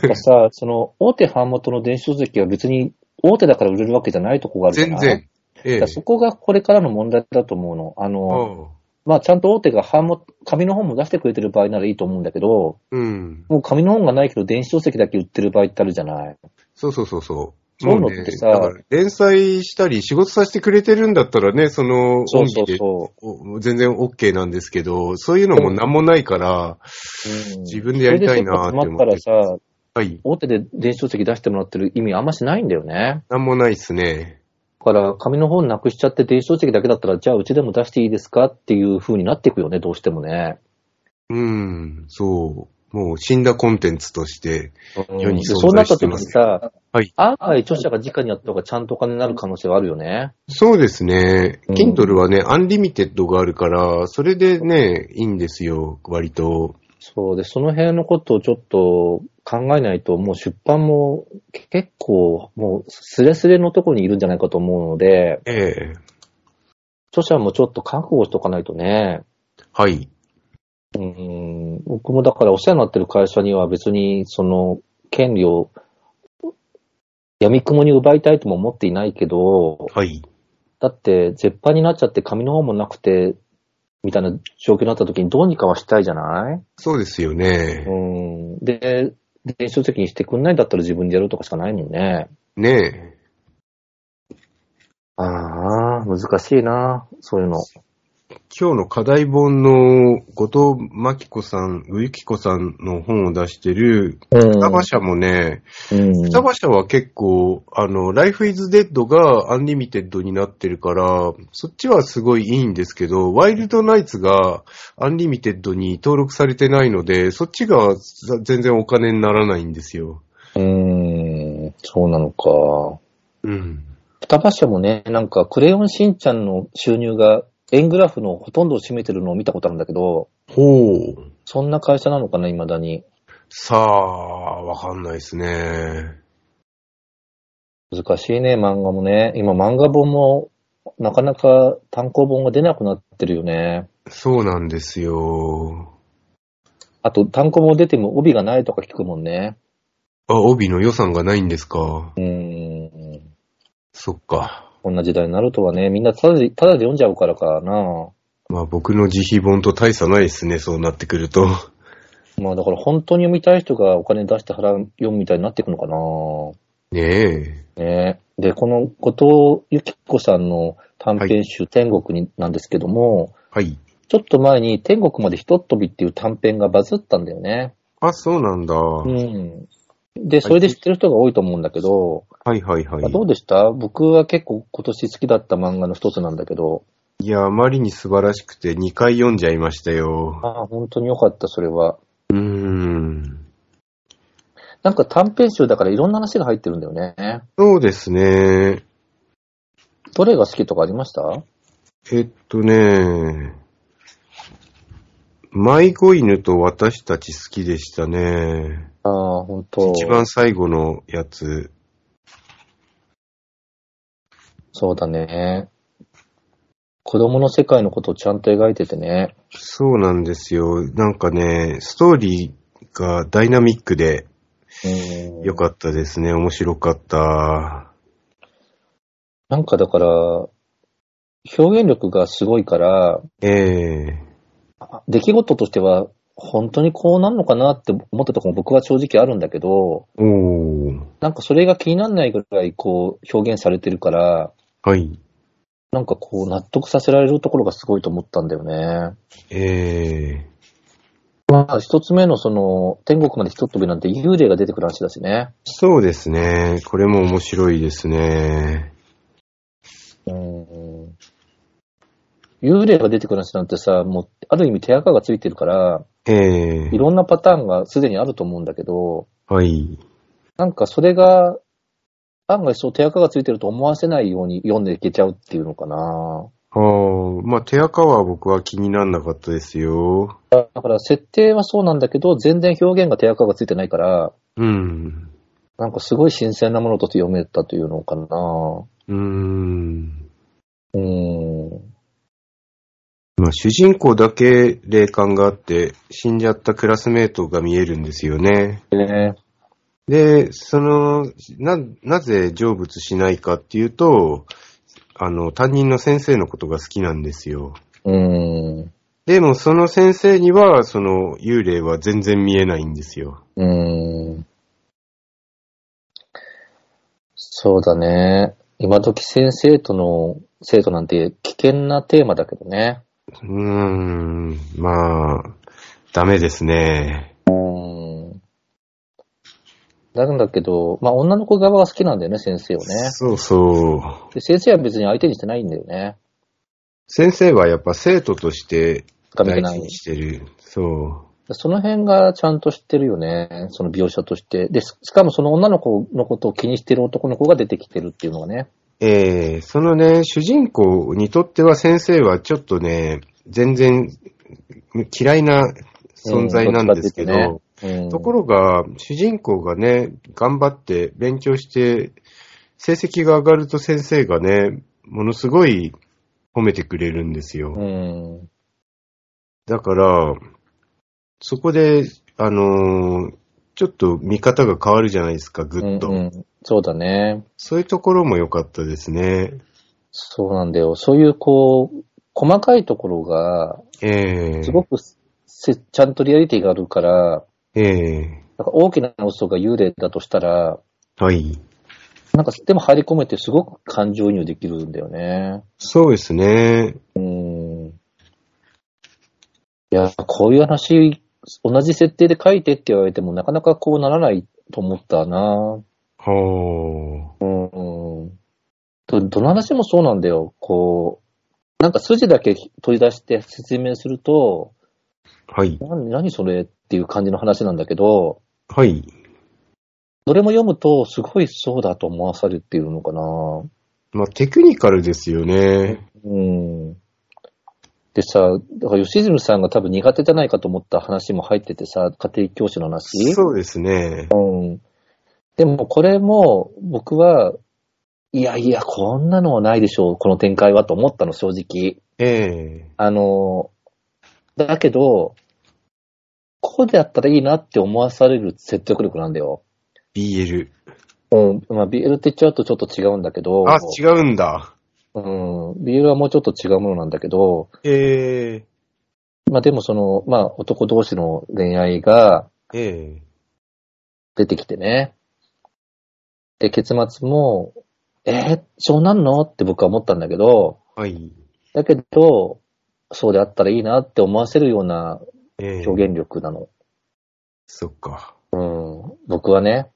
S1: かさ、その、大手版元の電子書籍は別に、大手だから売れるわけじゃないとこがあるじゃな
S2: 全
S1: い
S2: 然。え
S1: だ
S2: え
S1: からそこがこれからの問題だと思うの。あの、
S2: ああ
S1: まあ、ちゃんと大手が版も、紙の本も出してくれてる場合ならいいと思うんだけど、
S2: うん。
S1: もう紙の本がないけど電子書籍だけ売ってる場合ってあるじゃない。
S2: そうそうそうそう。
S1: そういうの
S2: も
S1: ってさ
S2: だから連載したり仕事させてくれてるんだったらね、その、
S1: そうそう
S2: 恩義で
S1: そ
S2: お全然 OK なんですけど、そういうのも何もないか
S1: う。
S2: ら、
S1: うん
S2: 自分でやりたいなーって思
S1: そ
S2: って
S1: れで切羽詰まったらさ、
S2: はい、
S1: 大手で電子書籍出してもらってる意味あんましないんだよね。
S2: 何もないっすね。
S1: から紙の本なくしちゃって電子書籍だけだったら、じゃあうちでも出していいですかっていう風になっていくよね、どうしてもね。
S2: うん、そう。もう死んだコンテンツとして。世に
S1: で
S2: 存在してます
S1: そうなった時にさ、
S2: はい
S1: 案外著者が直にやった方がちゃんとお金になる可能性はあるよね。
S2: そうですね。
S1: うん
S2: Kindle はね、アンリミテッドがあるから、それでね、いいんですよ、割と。
S1: そうで、その辺のことをちょっと考えないと、もう出版も結構、もうスレスレのところにいるんじゃないかと思うので、
S2: ええ
S1: 著者もちょっと覚悟しとかないとね。
S2: はい。
S1: うん、僕もだからお世話になってる会社には別に、その、権利を、闇雲に奪いたいとも思っていないけど、
S2: はい。
S1: だって、絶版になっちゃって紙の方もなくて、みたいな状況になった時にどうにかはしたいじゃない
S2: そうですよね。
S1: うん。で、電子書籍にしてくんないんだったら自分でやるとかしかないもんね。
S2: ね
S1: ああ、難しいな、そういうの。
S2: え。今日の課題本の後藤真紀子さん、植木子さんの本を出してる、
S1: うん。
S2: 双葉社もね、
S1: うん
S2: 双葉社は結構、あの、Life is Dead がアンリミテッドになってるから、そっちはすごいいいんですけど、ワイルドナイツがアンリミテッドに登録されてないので、そっちがざ全然お金にならないんですよ。
S1: うん、そうなのか。
S2: うん。
S1: 双葉社もね、なんか、クレヨンしんちゃんの収入が、円グラフのほとんどを占めてるのを見たことあるんだけど、
S2: ほう。
S1: そんな会社なのかな、未だに。
S2: さあ、わかんないですね。
S1: 難しいね、漫画もね。今、漫画本も、なかなか単行本が出なくなってるよね。
S2: そうなんですよ。
S1: あと、単行本出ても帯がないとか聞くもんね。
S2: あ、帯の予算がないんですか。
S1: うーん。
S2: そっか。
S1: こんな時代になるとはね、みんなただで、ただで読んじゃうからかな。
S2: まあ僕の自費本と大差ないですね、そうなってくると。
S1: まあ、だから本当に読みたい人がお金出して払う読むみたいになっていくのか
S2: ね
S1: な。ね。で、この後藤由紀子さんの短編集、天国になんですけども
S2: え。、はい。
S1: ちょっと前に天国までひとっ飛びっていう短編がバズったんだよね。
S2: あ、そうなんだ。
S1: うん。で、それで知ってる人が多いと思うんだけど、
S2: はいはいはい。
S1: まあどうでした僕は結構今年好きだった漫画の一つなんだけど、
S2: いや、あまりに素晴らしくて2回読んじゃいましたよ。
S1: ああ、本当に良かった、それは。
S2: うーん。
S1: なんか短編集だからいろんな話が入ってるんだよね。
S2: そうですね。
S1: どれが好きとかありました
S2: えっとね、迷子犬と私たち好きでしたね。
S1: ああ、本当
S2: 一番最後のやつ。
S1: そうだね。子供の世界のことをちゃんと描いててね。
S2: そうなんですよ。なんかね、ストーリーがダイナミックで
S1: うん。
S2: 良かったですね。面白かった。
S1: なんかだから、表現力がすごいから、
S2: ええ
S1: あ出来事としては、本当にこうなるのかなって思ったところも僕は正直あるんだけど、
S2: おー。
S1: なんかそれが気にならないぐらいこう表現されてるから、
S2: はい。
S1: なんかこう納得させられるところがすごいと思ったんだよね。
S2: ええ
S1: まあ一つ目のその天国まで一飛びなんて幽霊が出てくる話だしね。
S2: そうですね。これも面白いですね。
S1: うん。幽霊が出てくる話なんてさ、もうある意味手垢がついてるから、
S2: ええ
S1: いろんなパターンがすでにあると思うんだけど、
S2: はい。
S1: なんかそれが案外そう手垢がついてると思わせないように読んでいけちゃうっていうのかな。
S2: ああ、まあ、手垢は僕は気にならなかったですよ。
S1: だから設定はそうなんだけど、全然表現が手垢がついてないから、
S2: うん。
S1: なんかすごい新鮮なものとして読めたというのかな。
S2: うーん。
S1: うーん。
S2: まあ、主人公だけ霊感があって、死んじゃったクラスメートが見えるんですよね。
S1: ね。
S2: で、その、な、なぜ成仏しないかっていうと、あの、担任の先生のことが好きなんですよ。
S1: うーん。
S2: でも、その先生には、その、幽霊は全然見えないんですよ。
S1: うーん。そうだね。今時先生との生徒なんて危険なテーマだけどね。
S2: うーん、まあ、ダメですね。
S1: うーん。なんだけど、まあ女の子側が好きなんだよね、先生をね。
S2: そうそう。
S1: で先生は別に相手にしてないんだよね。
S2: 先生はやっぱ生徒として
S1: が見
S2: 大
S1: てな
S2: 事
S1: い
S2: に。してる。そう。
S1: その辺がちゃんと知ってるよね、その描写として。で、ししかもその女の子のことを気にしてる男の子が出てきてるっていうのがね。
S2: えーそのね、主人公にとっては先生はちょっとね、全然嫌いな存在なんですけど、
S1: うんどっちかっていうとねうん
S2: ところが、主人公がね、頑張って勉強して、成績が上がると先生がね、ものすごい褒めてくれるんですよ。
S1: うん。
S2: だから、そこで、あのーちょっと見方が変わるじゃないですか、ぐっと。
S1: うんうんそうだね。
S2: そういうところも良かったですね。
S1: そうなんだよ。そういうこう、細かいところが、
S2: ええ
S1: すごくせ、ちゃんとリアリティがあるから、
S2: ええ
S1: なんか大きな嘘が幽霊だとしたら、
S2: はい。
S1: なんかでも入り込めてすごく感情移入できるんだよね。
S2: そうですね。
S1: うん。いや、こういう話、同じ設定で書いてって言われてもなかなかこうならないと思ったな。
S2: はあ。
S1: うん。どどの話もそうなんだよ。こう、なんか筋だけ取り出して説明すると、
S2: はい。
S1: 何何それっていう感じの話なんだけど、
S2: はい。
S1: どれも読むと、すごいそうだと思わされているのかな。
S2: まあ、テクニカルですよね。
S1: うん。でさ、だから吉住さんが多分苦手じゃないかと思った話も入っててさ、家庭教師の話。
S2: そうですね。
S1: うん。でもこれも僕は、いやいや、こんなのはないでしょう、この展開はと思ったの、正直。
S2: ええ
S1: あの、だけど、こうであったらいいなって思わされる説得力なんだよ。
S2: BL。
S1: うん。まあ、BL って言っちゃうとちょっと違うんだけど。
S2: あ、違うんだ。
S1: うん。BL はもうちょっと違うものなんだけど、
S2: ええ
S1: まあでもその、まあ男同士の恋愛が
S2: ええ
S1: 出てきてね。で、結末も、えーそうなんのって僕は思ったんだけど、
S2: はい。
S1: だけど、そうであったらいいなって思わせるような
S2: ええ
S1: 表現力なの。
S2: そっか。
S1: うん。僕はね。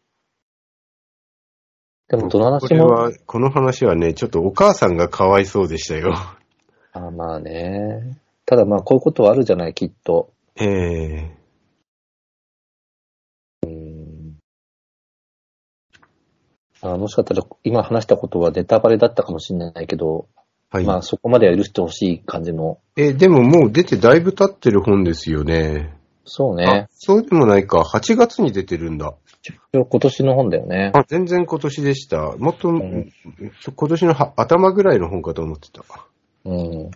S1: でもどの
S2: こ
S1: 話
S2: れ
S1: も、
S2: は、この話はね、ちょっとお母さんがかわいそうでしたよ。
S1: あまあね。ただまあこういうことはあるじゃない、きっと。
S2: ええ
S1: あもしかしたら今話したことはネタバレだったかもしれないけど、
S2: はい。
S1: まあそこまでは許してほしい感じの。
S2: え、でももう出てだいぶ経ってる本ですよね。
S1: そう
S2: あ
S1: ね。
S2: そうでもないか。8月に出てるんだ。
S1: 今年の本だよね。
S2: あ、全然今年でした。もっと、
S1: ん
S2: 今年のは頭ぐらいの本かと思ってた。
S1: うん。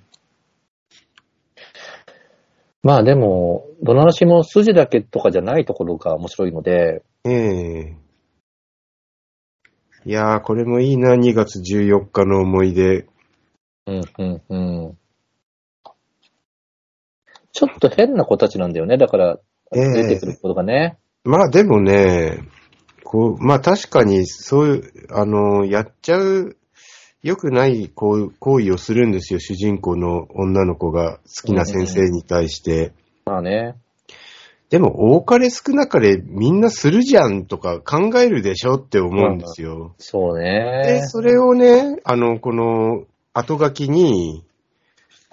S1: まあでも、どの話も筋だけとかじゃないところが面白いので、
S2: ええいやー、これもいいな、2月14日の思い出。
S1: うんうんうん。ちょっと変な子たちなんだよね。だから、
S2: ええ
S1: 出てくることがね。
S2: まあでもね、こう、まあ確かに、そういう、あの、やっちゃう、良くない行行為をするんですよ、主人公の女の子が好きな先生に対して。
S1: まあね。
S2: でも、多かれ少なかれみんなするじゃんとか考えるでしょって思うんですよ。
S1: そうね
S2: で、。それをね、あの、この、後書きに、
S1: うん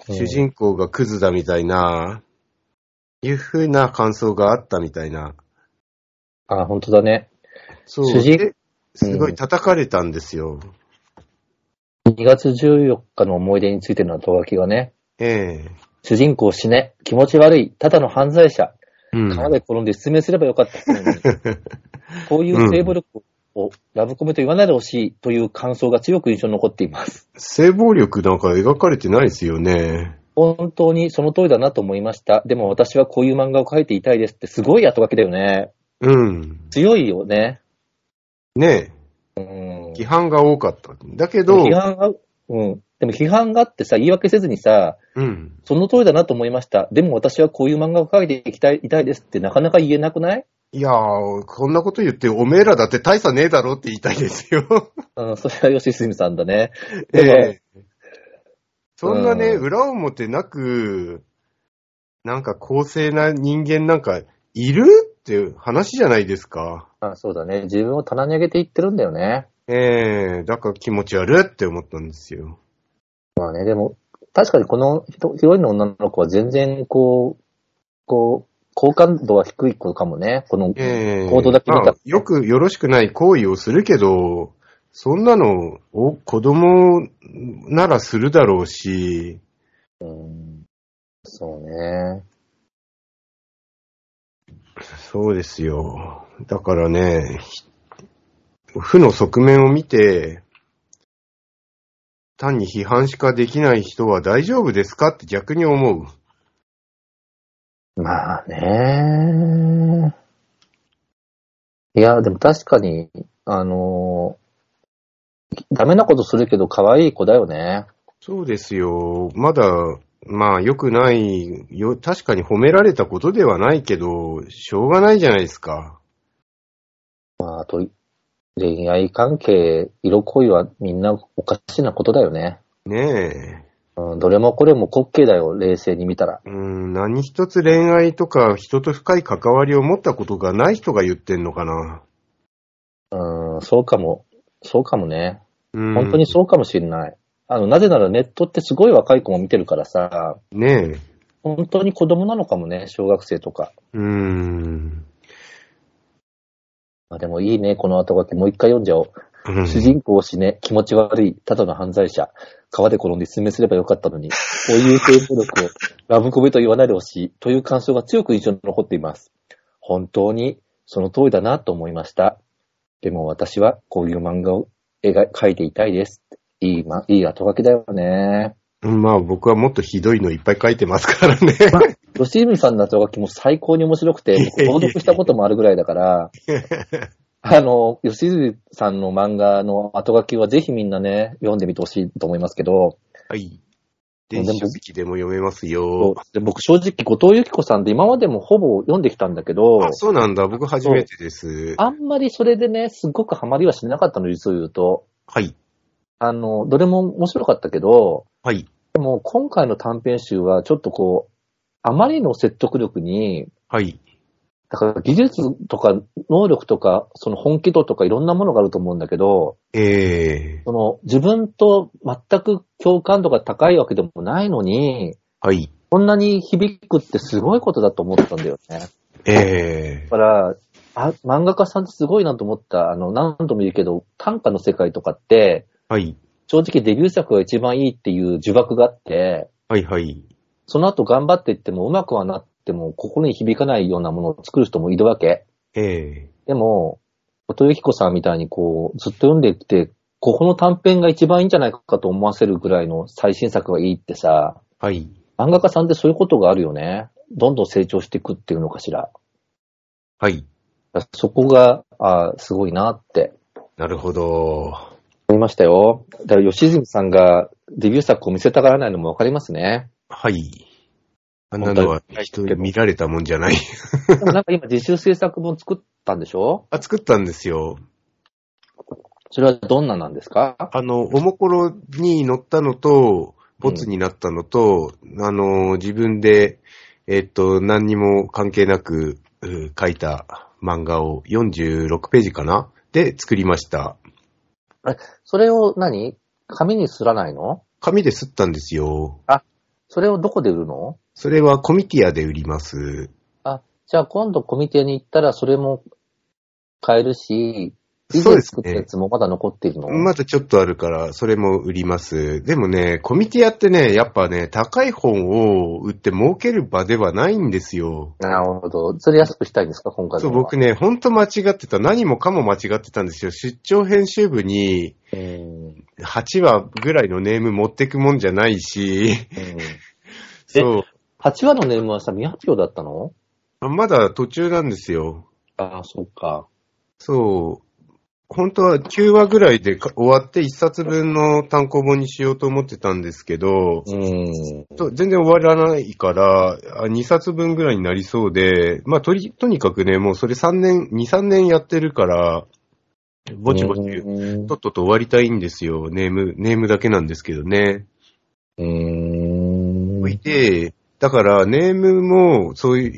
S2: 主人公がクズだみたいな、いう風な感想があったみたいな。
S1: あ、本当だね。
S2: そう。
S1: 主人
S2: ですごい叩かれたんですよ。
S1: 2月14日の思い出についての後書きがね、
S2: え
S1: 主人公死ね、気持ち悪い、ただの犯罪者、
S2: えうん。
S1: 川で転んで失明すればよかったっていうのに こういう性暴力をラブコメと言わないでほしいという感想が強く印象に残っています。
S2: 性暴力なんか描かれてないですよね。
S1: 本当にその通りだなと思いました。でも私はこういう漫画を描いていたいですってすごい後書きだよね。
S2: うん。
S1: 強いよね。
S2: ね
S1: うん
S2: え、批判が多かった。だけど、
S1: 批判が、うん。でも批判があってさ、言い訳せずにさ、
S2: うん。
S1: その通りだなと思いました。でも私はこういう漫画を描いていきたいいたいですってなかなか言えなくない
S2: いやー、こんなこと言って、おめえらだって大差ねえだろって言いたいですよ。
S1: うん、それは吉住さんだね。
S2: え
S1: でも
S2: えそんなね、
S1: うん
S2: 裏表なく、なんか公正な人間なんかいるっていう話じゃないですか。
S1: あそうだね。自分を棚に上げていってるんだよね。
S2: ええだから気持ち悪いって思ったんですよ。
S1: まあね、でも、確かにこの人ヒロインの女の子は全然、こう、こう、好感度は低い子かもね。この、
S2: ええ
S1: 行動だけ見た
S2: まあよくよろしくない行為をするけど、そんなの、お、子供ならするだろうし、
S1: うん、そうね。
S2: そうですよ。だからね、ひ負の側面を見て、単に批判しかできない人は大丈夫ですかって逆に思う。
S1: まあね。いや、でも確かに、あのーダメなことするけど可愛い子だよね。
S2: そうですよ。まだ、まあ良くないよ、確かに褒められたことではないけど、しょうがないじゃないですか。
S1: まあ、と、恋愛関係、色恋はみんなおかしなことだよね。
S2: ねえ。
S1: うん、どれもこれも滑稽だよ、冷静に見たら。
S2: うん、何一つ恋愛とか人と深い関わりを持ったことがない人が言ってんのかな。
S1: うん、そうかも、そうかもね。
S2: うん、
S1: 本当にそうかもしれない。あの、なぜならネットってすごい若い子も見てるからさ、
S2: ねえ。
S1: 本当に子供なのかもね、小学生とか。
S2: うん。
S1: まあ、でもいいね、この後書き。もう一回読んじゃおう。
S2: うん
S1: 主人公を死ね、気持ち悪い、ただの犯罪者。川で転んで失明すればよかったのに、こういう性暴力をラブコメと言わないでほしい、という感想が強く印象に残っています。本当に、その通りだなと思いました。でも私は、こういう漫画を描い描いていたいです。いい、ま、いい後書きだよね。
S2: まあ僕はもっとひどいのいっぱい書いてますからね。
S1: ロシームさんの後書きも最高に面白くて、 僕朗読したこともあるぐらいだから、あの、吉住さんの漫画の後書きはぜひみんなね、読んでみてほしいと思いますけど、
S2: はい。電子書籍でも読めます
S1: そう
S2: よ。
S1: で僕正直、後藤由紀子さんって今までもほぼ読んできたんだけど
S2: あ、そうなんだ。僕初めてです。
S1: あんまりそれでね、すごくハマりはしなかったの、実を言うと。
S2: はい。
S1: あの、どれも面白かったけど、
S2: はい。
S1: でも今回の短編集はちょっとこう、あまりの説得力に、
S2: はい。
S1: だから技術とか能力とか、その本気度とかいろんなものがあると思うんだけど、
S2: ええ
S1: その自分と全く共感度が高いわけでもないのに、
S2: はい。
S1: こんなに響くってすごいことだと思ったんだよね。
S2: ええ
S1: だから、あ漫画家さんってすごいなと思った。あの、何度も言うけど、短歌の世界とかって、
S2: はい。
S1: 正直デビュー作が一番いいっていう呪縛があって、
S2: はいはい。
S1: その後頑張っていってもうまくはなっても心に響かないようなものを作る人もいるわけ。
S2: ええ
S1: でも、後藤由紀子さんみたいにこう、ずっと読んでいって、ここの短編が一番いいんじゃないかと思わせるぐらいの最新作がいいってさ、
S2: はい。
S1: 漫画家さんってそういうことがあるよね。どんどん成長していくっていうのかしら。
S2: はい。
S1: そこが、あーすごいなって
S2: なるほど。
S1: 思いましたよ。だから、吉住さんがデビュー作を見せたがらないのもわかりますね。
S2: はい。あんなのは人に見られたもんじゃない。
S1: でもなんか今、自主制作本作ったんでしょ
S2: あ、作ったんですよ。
S1: それはどんななんですか
S2: あの、おもころに乗ったのと、ボツになったのと、あの、自分で、えっと、何にも関係なく、う書いた漫画を46ページかなで作りました。
S1: それを何紙にすらないの
S2: 紙で吸ったんですよ。
S1: それをどこで売るの
S2: それはコミティアで売ります。
S1: あ、じゃあ今度コミティアに行ったらそれも買えるし、以
S2: そう
S1: 前
S2: です
S1: 作った
S2: ね
S1: やつもまだ残っているの、
S2: まだちょっとあるから、それも売ります。でもね、コミティアってね、やっぱね、高い本を売って儲ける場ではないんですよ。
S1: なるほど。それ安くしたいんですか今回
S2: そ
S1: の
S2: う、
S1: は。
S2: 僕ね、ほんと間違ってた。何もかも間違ってたんですよ。出張編集部に
S1: うん。うん。
S2: 8話ぐらいのネーム持ってくもんじゃな いし、そう。
S1: 8話のネームはさ、未発表だったの
S2: あまだ途中なんですよ。
S1: ああ、そうか。
S2: そう。本当は9話ぐらいでか終わって1冊分の単行本にしようと思ってたんですけど、
S1: うん。
S2: と全然終わらないから、あ2冊分ぐらいになりそうで、まあとり、とにかくね、もうそれ3年、2、3年やってるから、ぼちぼち
S1: うん
S2: とっとと終わりたいんですよ。ネーム、ネームだけなんですけどね。
S1: うーん。
S2: いて、だから、ネームも、そうい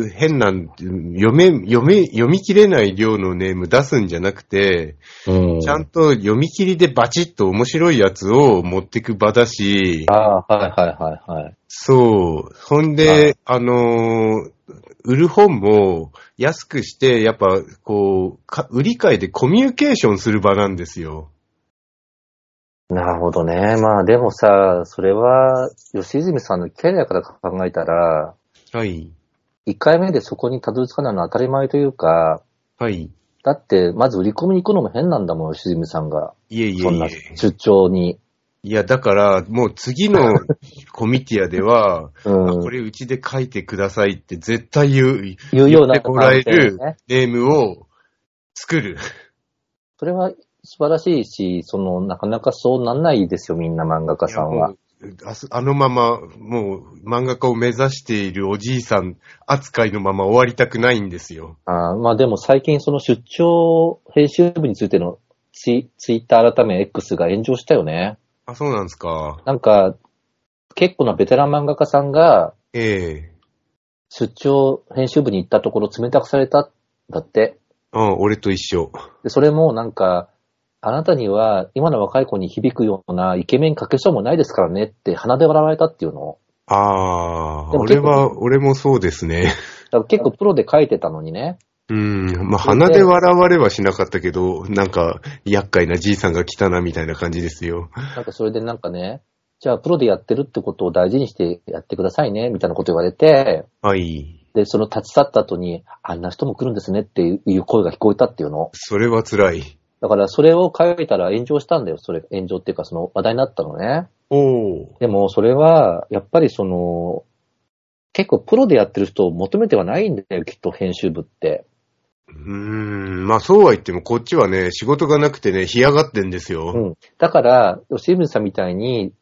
S2: う変な、読め、読め、読み切れない量のネーム出すんじゃなくて、
S1: うん。
S2: ちゃんと読み切りでバチッと面白いやつを持ってく場だし、
S1: ああ、はいはいはいはい。
S2: そう。ほん
S1: は
S2: で、あのー売る本も安くして、やっぱ、こうか、売り買いでコミュニケーションする場なんですよ。
S1: なるほどね。まあでもさ、それは、吉泉さんのキャリアから考えたら、
S2: はい。
S1: 1回目でそこにたどり着かないのは当たり前というか、
S2: はい。
S1: だって、まず売り込みに行くのも変なんだもん、吉住さんが。
S2: いえいえ
S1: そん
S2: い
S1: な
S2: え。
S1: 出張に。
S2: いや、だから、もう次 のコミティアでは、
S1: うん
S2: あこれうちで書いてくださいって絶対言う、
S1: 言うような
S2: 言ってもらえる
S1: ね。
S2: ネームを作る。
S1: それは素晴らしいし、その、なかなかそうなんないですよ、みんな漫画家さんは。
S2: いやもうあすあのまま、もう漫画家を目指しているおじいさん扱いのまま終わりたくないんですよ。
S1: あーまあでも最近その出張編集部についてのツイツイッター改め X が炎上したよね。
S2: あ、そうなんですか。
S1: なんか、結構なベテラン漫画家さんが
S2: ええ
S1: 出張編集部に行ったところ冷たくされたんだって。
S2: うん、俺と一緒。
S1: で、それもなんか、あなたには今の若い子に響くようなイケメンかけそうもないですからねって鼻で笑われたっていうの。
S2: ああ、
S1: でも結
S2: 俺
S1: 構
S2: は、俺もそうですね。
S1: だから結構プロで書いてたのにね。
S2: うん、まあ鼻で笑われはしなかったけど、なんか、厄介なじいさんが来たなみたいな感じですよ。
S1: なんかそれでなんかね、じゃあプロでやってるってことを大事にしてやってくださいね、みたいなこと言われて、
S2: はい。
S1: で、その立ち去った後に、あんな人も来るんですねっていう声が聞こえたっていうの。
S2: それは辛い。
S1: だからそれを書いたら炎上したんだよ、それ。炎上っていうかその話題になったのね。
S2: おー。
S1: でもそれは、やっぱりその、結構プロでやってる人を求めてはないんだよ、きっと編集部って。
S2: うーん、まあそうは言っても、こっちはね、仕事がなくてね、干上がってんですよ。
S1: うん。だから、吉水さんみたいに、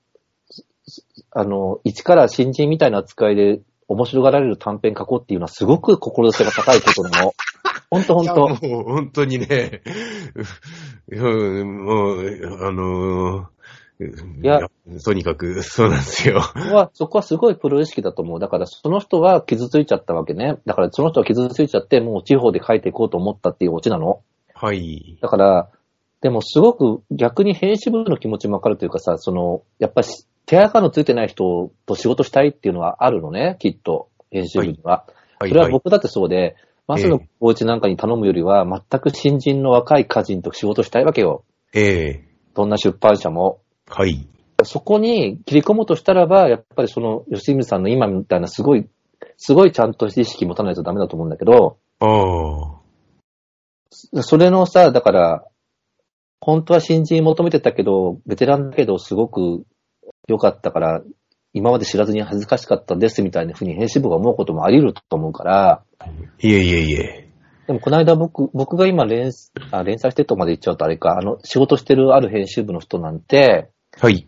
S1: すあの、一から新人みたいな扱いで面白がられる短編書こうっていうのはすごく志が高いことな の。ほんとほんと。
S2: いやもう本当にね、うんもう、あのー
S1: いや
S2: とにかく、そうなんですよ。
S1: そこは、そこはすごいプロ意識だと思う。だから、その人は傷ついちゃったわけね。だから、その人は傷ついちゃって、もう地方で書いていこうと思ったっていうオチなの。
S2: はい。
S1: だから、でもすごく逆に編集部の気持ちもわかるというかさ、その、やっぱし手垢のついてない人と仕事したいっていうのはあるのね、きっと、編集部には。
S2: は
S1: そ
S2: い、
S1: れは
S2: はい。
S1: 僕だってそうで、マスのお家なんかに頼むよりは、全く新人の若い歌人と仕事したいわけよ。
S2: ええ
S1: どんな出版社も。
S2: はい。
S1: そこに切り込もうとしたらば、やっぱりその、吉見さんの今みたいなすごい、すごいちゃんとした意識持たないとダメだと思うんだけど、
S2: ああ。
S1: それのさ、だから、本当は新人求めてたけど、ベテランだけどすごく良かったから、今まで知らずに恥ずかしかったですみたいな風に編集部が思うこともあり得ると思うから、
S2: いえいえいえ。
S1: でもこの間僕、僕が今連あ連載してるとこまで行っちゃうとあれか、あの、仕事してるある編集部の人なんて、
S2: はい。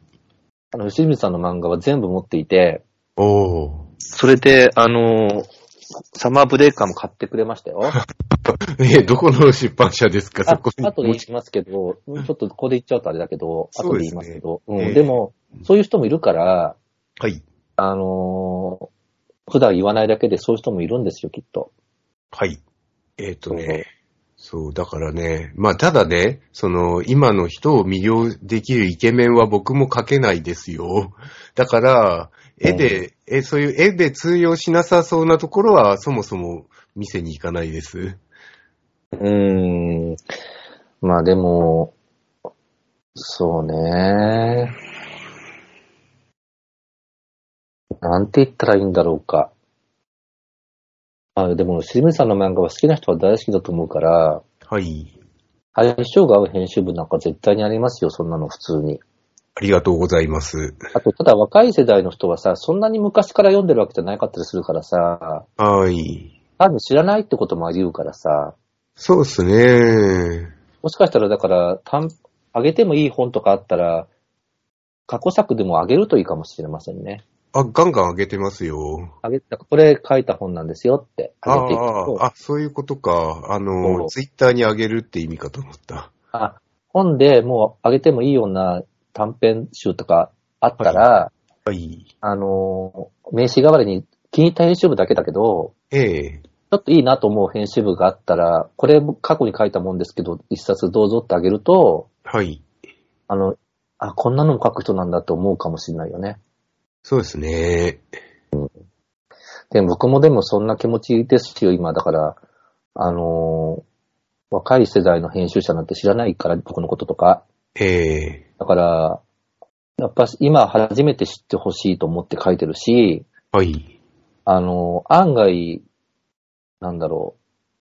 S1: あの、吉水さんの漫画は全部持っていて、
S2: おお。
S1: それで、あの、サマーブレーカーも買ってくれましたよ。
S2: えどこの出版社ですかそ
S1: あ
S2: こに。
S1: 後で言いますけど、ちょっとここで言っちゃうとあれだけど、
S2: そ
S1: 後
S2: う
S1: で言
S2: で
S1: い
S2: すね
S1: ますけど、う
S2: え
S1: ん、
S2: え
S1: でも、そういう人もいるから、
S2: はい。
S1: あのー普段言わないだけでそういう人もいるんですよ、きっと。
S2: はい。えっ、とね。そう、だからね。まあ、ただね、その、今の人を魅了できるイケメンは僕も描けないですよ。だから、絵で、え、そういう絵で通用しなさそうなところは、そもそも店に行かないです。
S1: うーん。まあでも、そうね。なんて言ったらいいんだろうか。まあでも、しじみさんの漫画は好きな人は大好きだと思うから、
S2: はい。
S1: 相性が合う編集部なんか絶対にありますよ、そんなの普通に。
S2: ありがとうございます。
S1: あと、ただ若い世代の人はさ、そんなに昔から読んでるわけじゃなかったりするからさ、
S2: はい。
S1: 単に知らないってこともあり得るからさ、
S2: そうですね。
S1: もしかしたらだから、単、あげてもいい本とかあったら、過去作でもあげるといいかもしれませんね。
S2: あ、ガンガン上げてますよ。
S1: あげ、だからこれ書いた本なんですよって、
S2: あ
S1: あげていく
S2: あ
S1: と、
S2: あ、そういうことか。あ
S1: そう
S2: の、ツイッターに上げるって意味かと思った。
S1: あ、本でもうあげてもいいような短編集とかあったら、
S2: はい。
S1: あの、名刺代わりに気に入った編集部だけだけど、
S2: ええ。
S1: ちょっといいなと思う編集部があったら、これ過去に書いたもんですけど、一冊どうぞってあげると、
S2: はい。
S1: あの、あ、こんなのも書く人なんだと思うかもしれないよね。
S2: そうですね。
S1: で、僕もでもそんな気持ちですよ、今。だから、あのー若い世代の編集者なんて知らないから、僕のこととか。
S2: ええ。
S1: だから、やっぱ今初めて知ってほしいと思って書いてるし、
S2: はい。
S1: あのー案外、なんだろ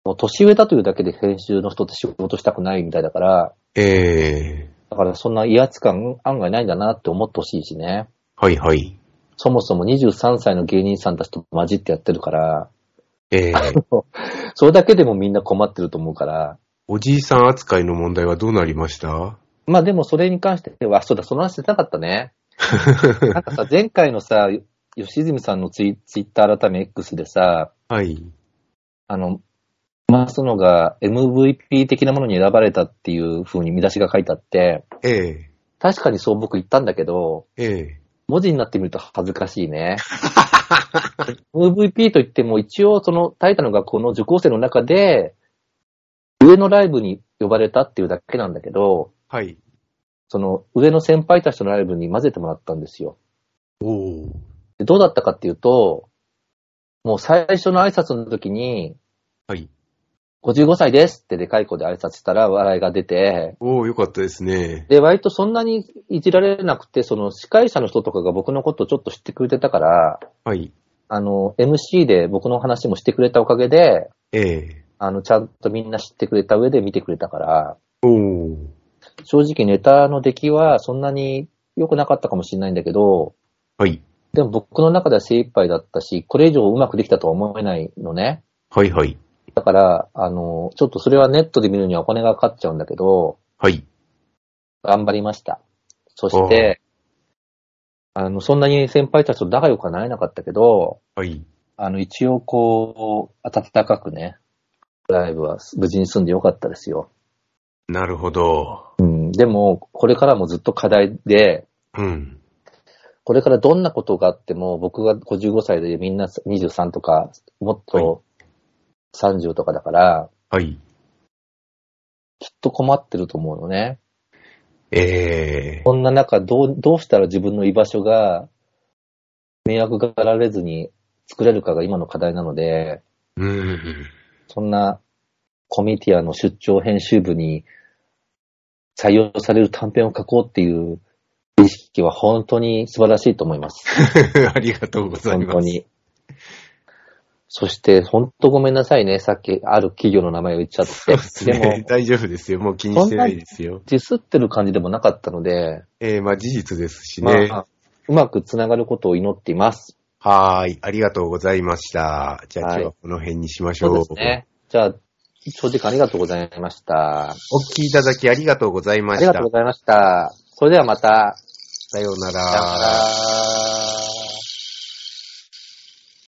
S1: う、もう年上だというだけで編集の人って仕事したくないみたいだから、
S2: ええ。
S1: だからそんな威圧感案外ないんだなって思ってほしいしね。
S2: はいはい。
S1: そもそも23歳の芸人さんたちと混じってやってるから、
S2: ええ。
S1: それだけでもみんな困ってると思うから、
S2: おじいさん扱いの問題はどうなりました
S1: まあでもそれに関しては、あそうだ、その話してなかったね。なんかさ、前回のさ、吉住さんのツイツイッター改め X でさ、
S2: はい。
S1: あの、マスノが MVP 的なものに選ばれたっていう風に見出しが書いてあって、
S2: ええ。
S1: 確かにそう僕言ったんだけど、
S2: ええ。
S1: 文字になってみると恥ずかしいね。MVP といっても一応そのタイタの学校の受講生の中で、上のライブに呼ばれたっていうだけなんだけど、
S2: はい。
S1: その上の先輩たちのライブに混ぜてもらったんですよ。
S2: おお。
S1: で、どうだったかっていうと、もう最初の挨拶の時に、
S2: はい。
S1: 55歳ですってでかい子で挨拶したら笑いが出て、
S2: おお、よかったですね。
S1: で、割とそんなにいじられなくて、その司会者の人とかが僕のことをちょっと知ってくれてたから、
S2: はい。
S1: あの、MC で僕の話もしてくれたおかげで、
S2: ええ。
S1: あの、ちゃんとみんな知ってくれた上で見てくれたから、
S2: おお。
S1: 正直ネタの出来はそんなに良くなかったかもしれないんだけど、
S2: はい。
S1: でも僕の中では精一杯だったし、これ以上うまくできたとは思えないのね。
S2: はいはい。
S1: だから、あの、ちょっとそれはネットで見るにはお金がかかっちゃうんだけど、
S2: はい。
S1: 頑張りました。そして、あの、そんなに先輩たちと仲良くはなれなかったけど、
S2: はい。
S1: あの、一応こう、暖かくね、ライブは無事に済んでよかったですよ。
S2: なるほど。
S1: うん、でも、これからもずっと課題で、
S2: うん。
S1: これからどんなことがあっても、僕が55歳でみんな23とか、もっと30とかだから、
S2: はい。
S1: きっと困ってると思うのね。
S2: ええ。
S1: こんな中、どう、どうしたら自分の居場所が、迷惑がられずに作れるかが今の課題なので、
S2: うん。
S1: そんなコミティアの出張編集部に採用される短編を書こうっていう意識は本当に素晴らしいと思います。
S2: ありがとうござい
S1: 本
S2: ます。
S1: 当に。そして、本当ごめんなさいね。さっき、ある企業の名前を言っちゃっ
S2: そうです
S1: て。で
S2: ね
S1: も。、
S2: 大丈夫ですよ。もう気にしてないですよ。
S1: ディスってる感じでもなかったので、
S2: ええ、まあ事実ですし
S1: ま
S2: ね。
S1: あ、うまくつながることを祈っています。
S2: はーい。ありがとうございました。じゃあ今
S1: はい
S2: 日はこの辺にしまし
S1: そう
S2: ょう。
S1: ですね。じゃあ、長時間ありがとうございました。
S2: お聞きいただきありがとうござい
S1: あ
S2: ま
S1: り
S2: し
S1: がと
S2: た
S1: うご。ざいました。それではまた。
S2: さような
S1: さような
S2: ら。
S1: ら。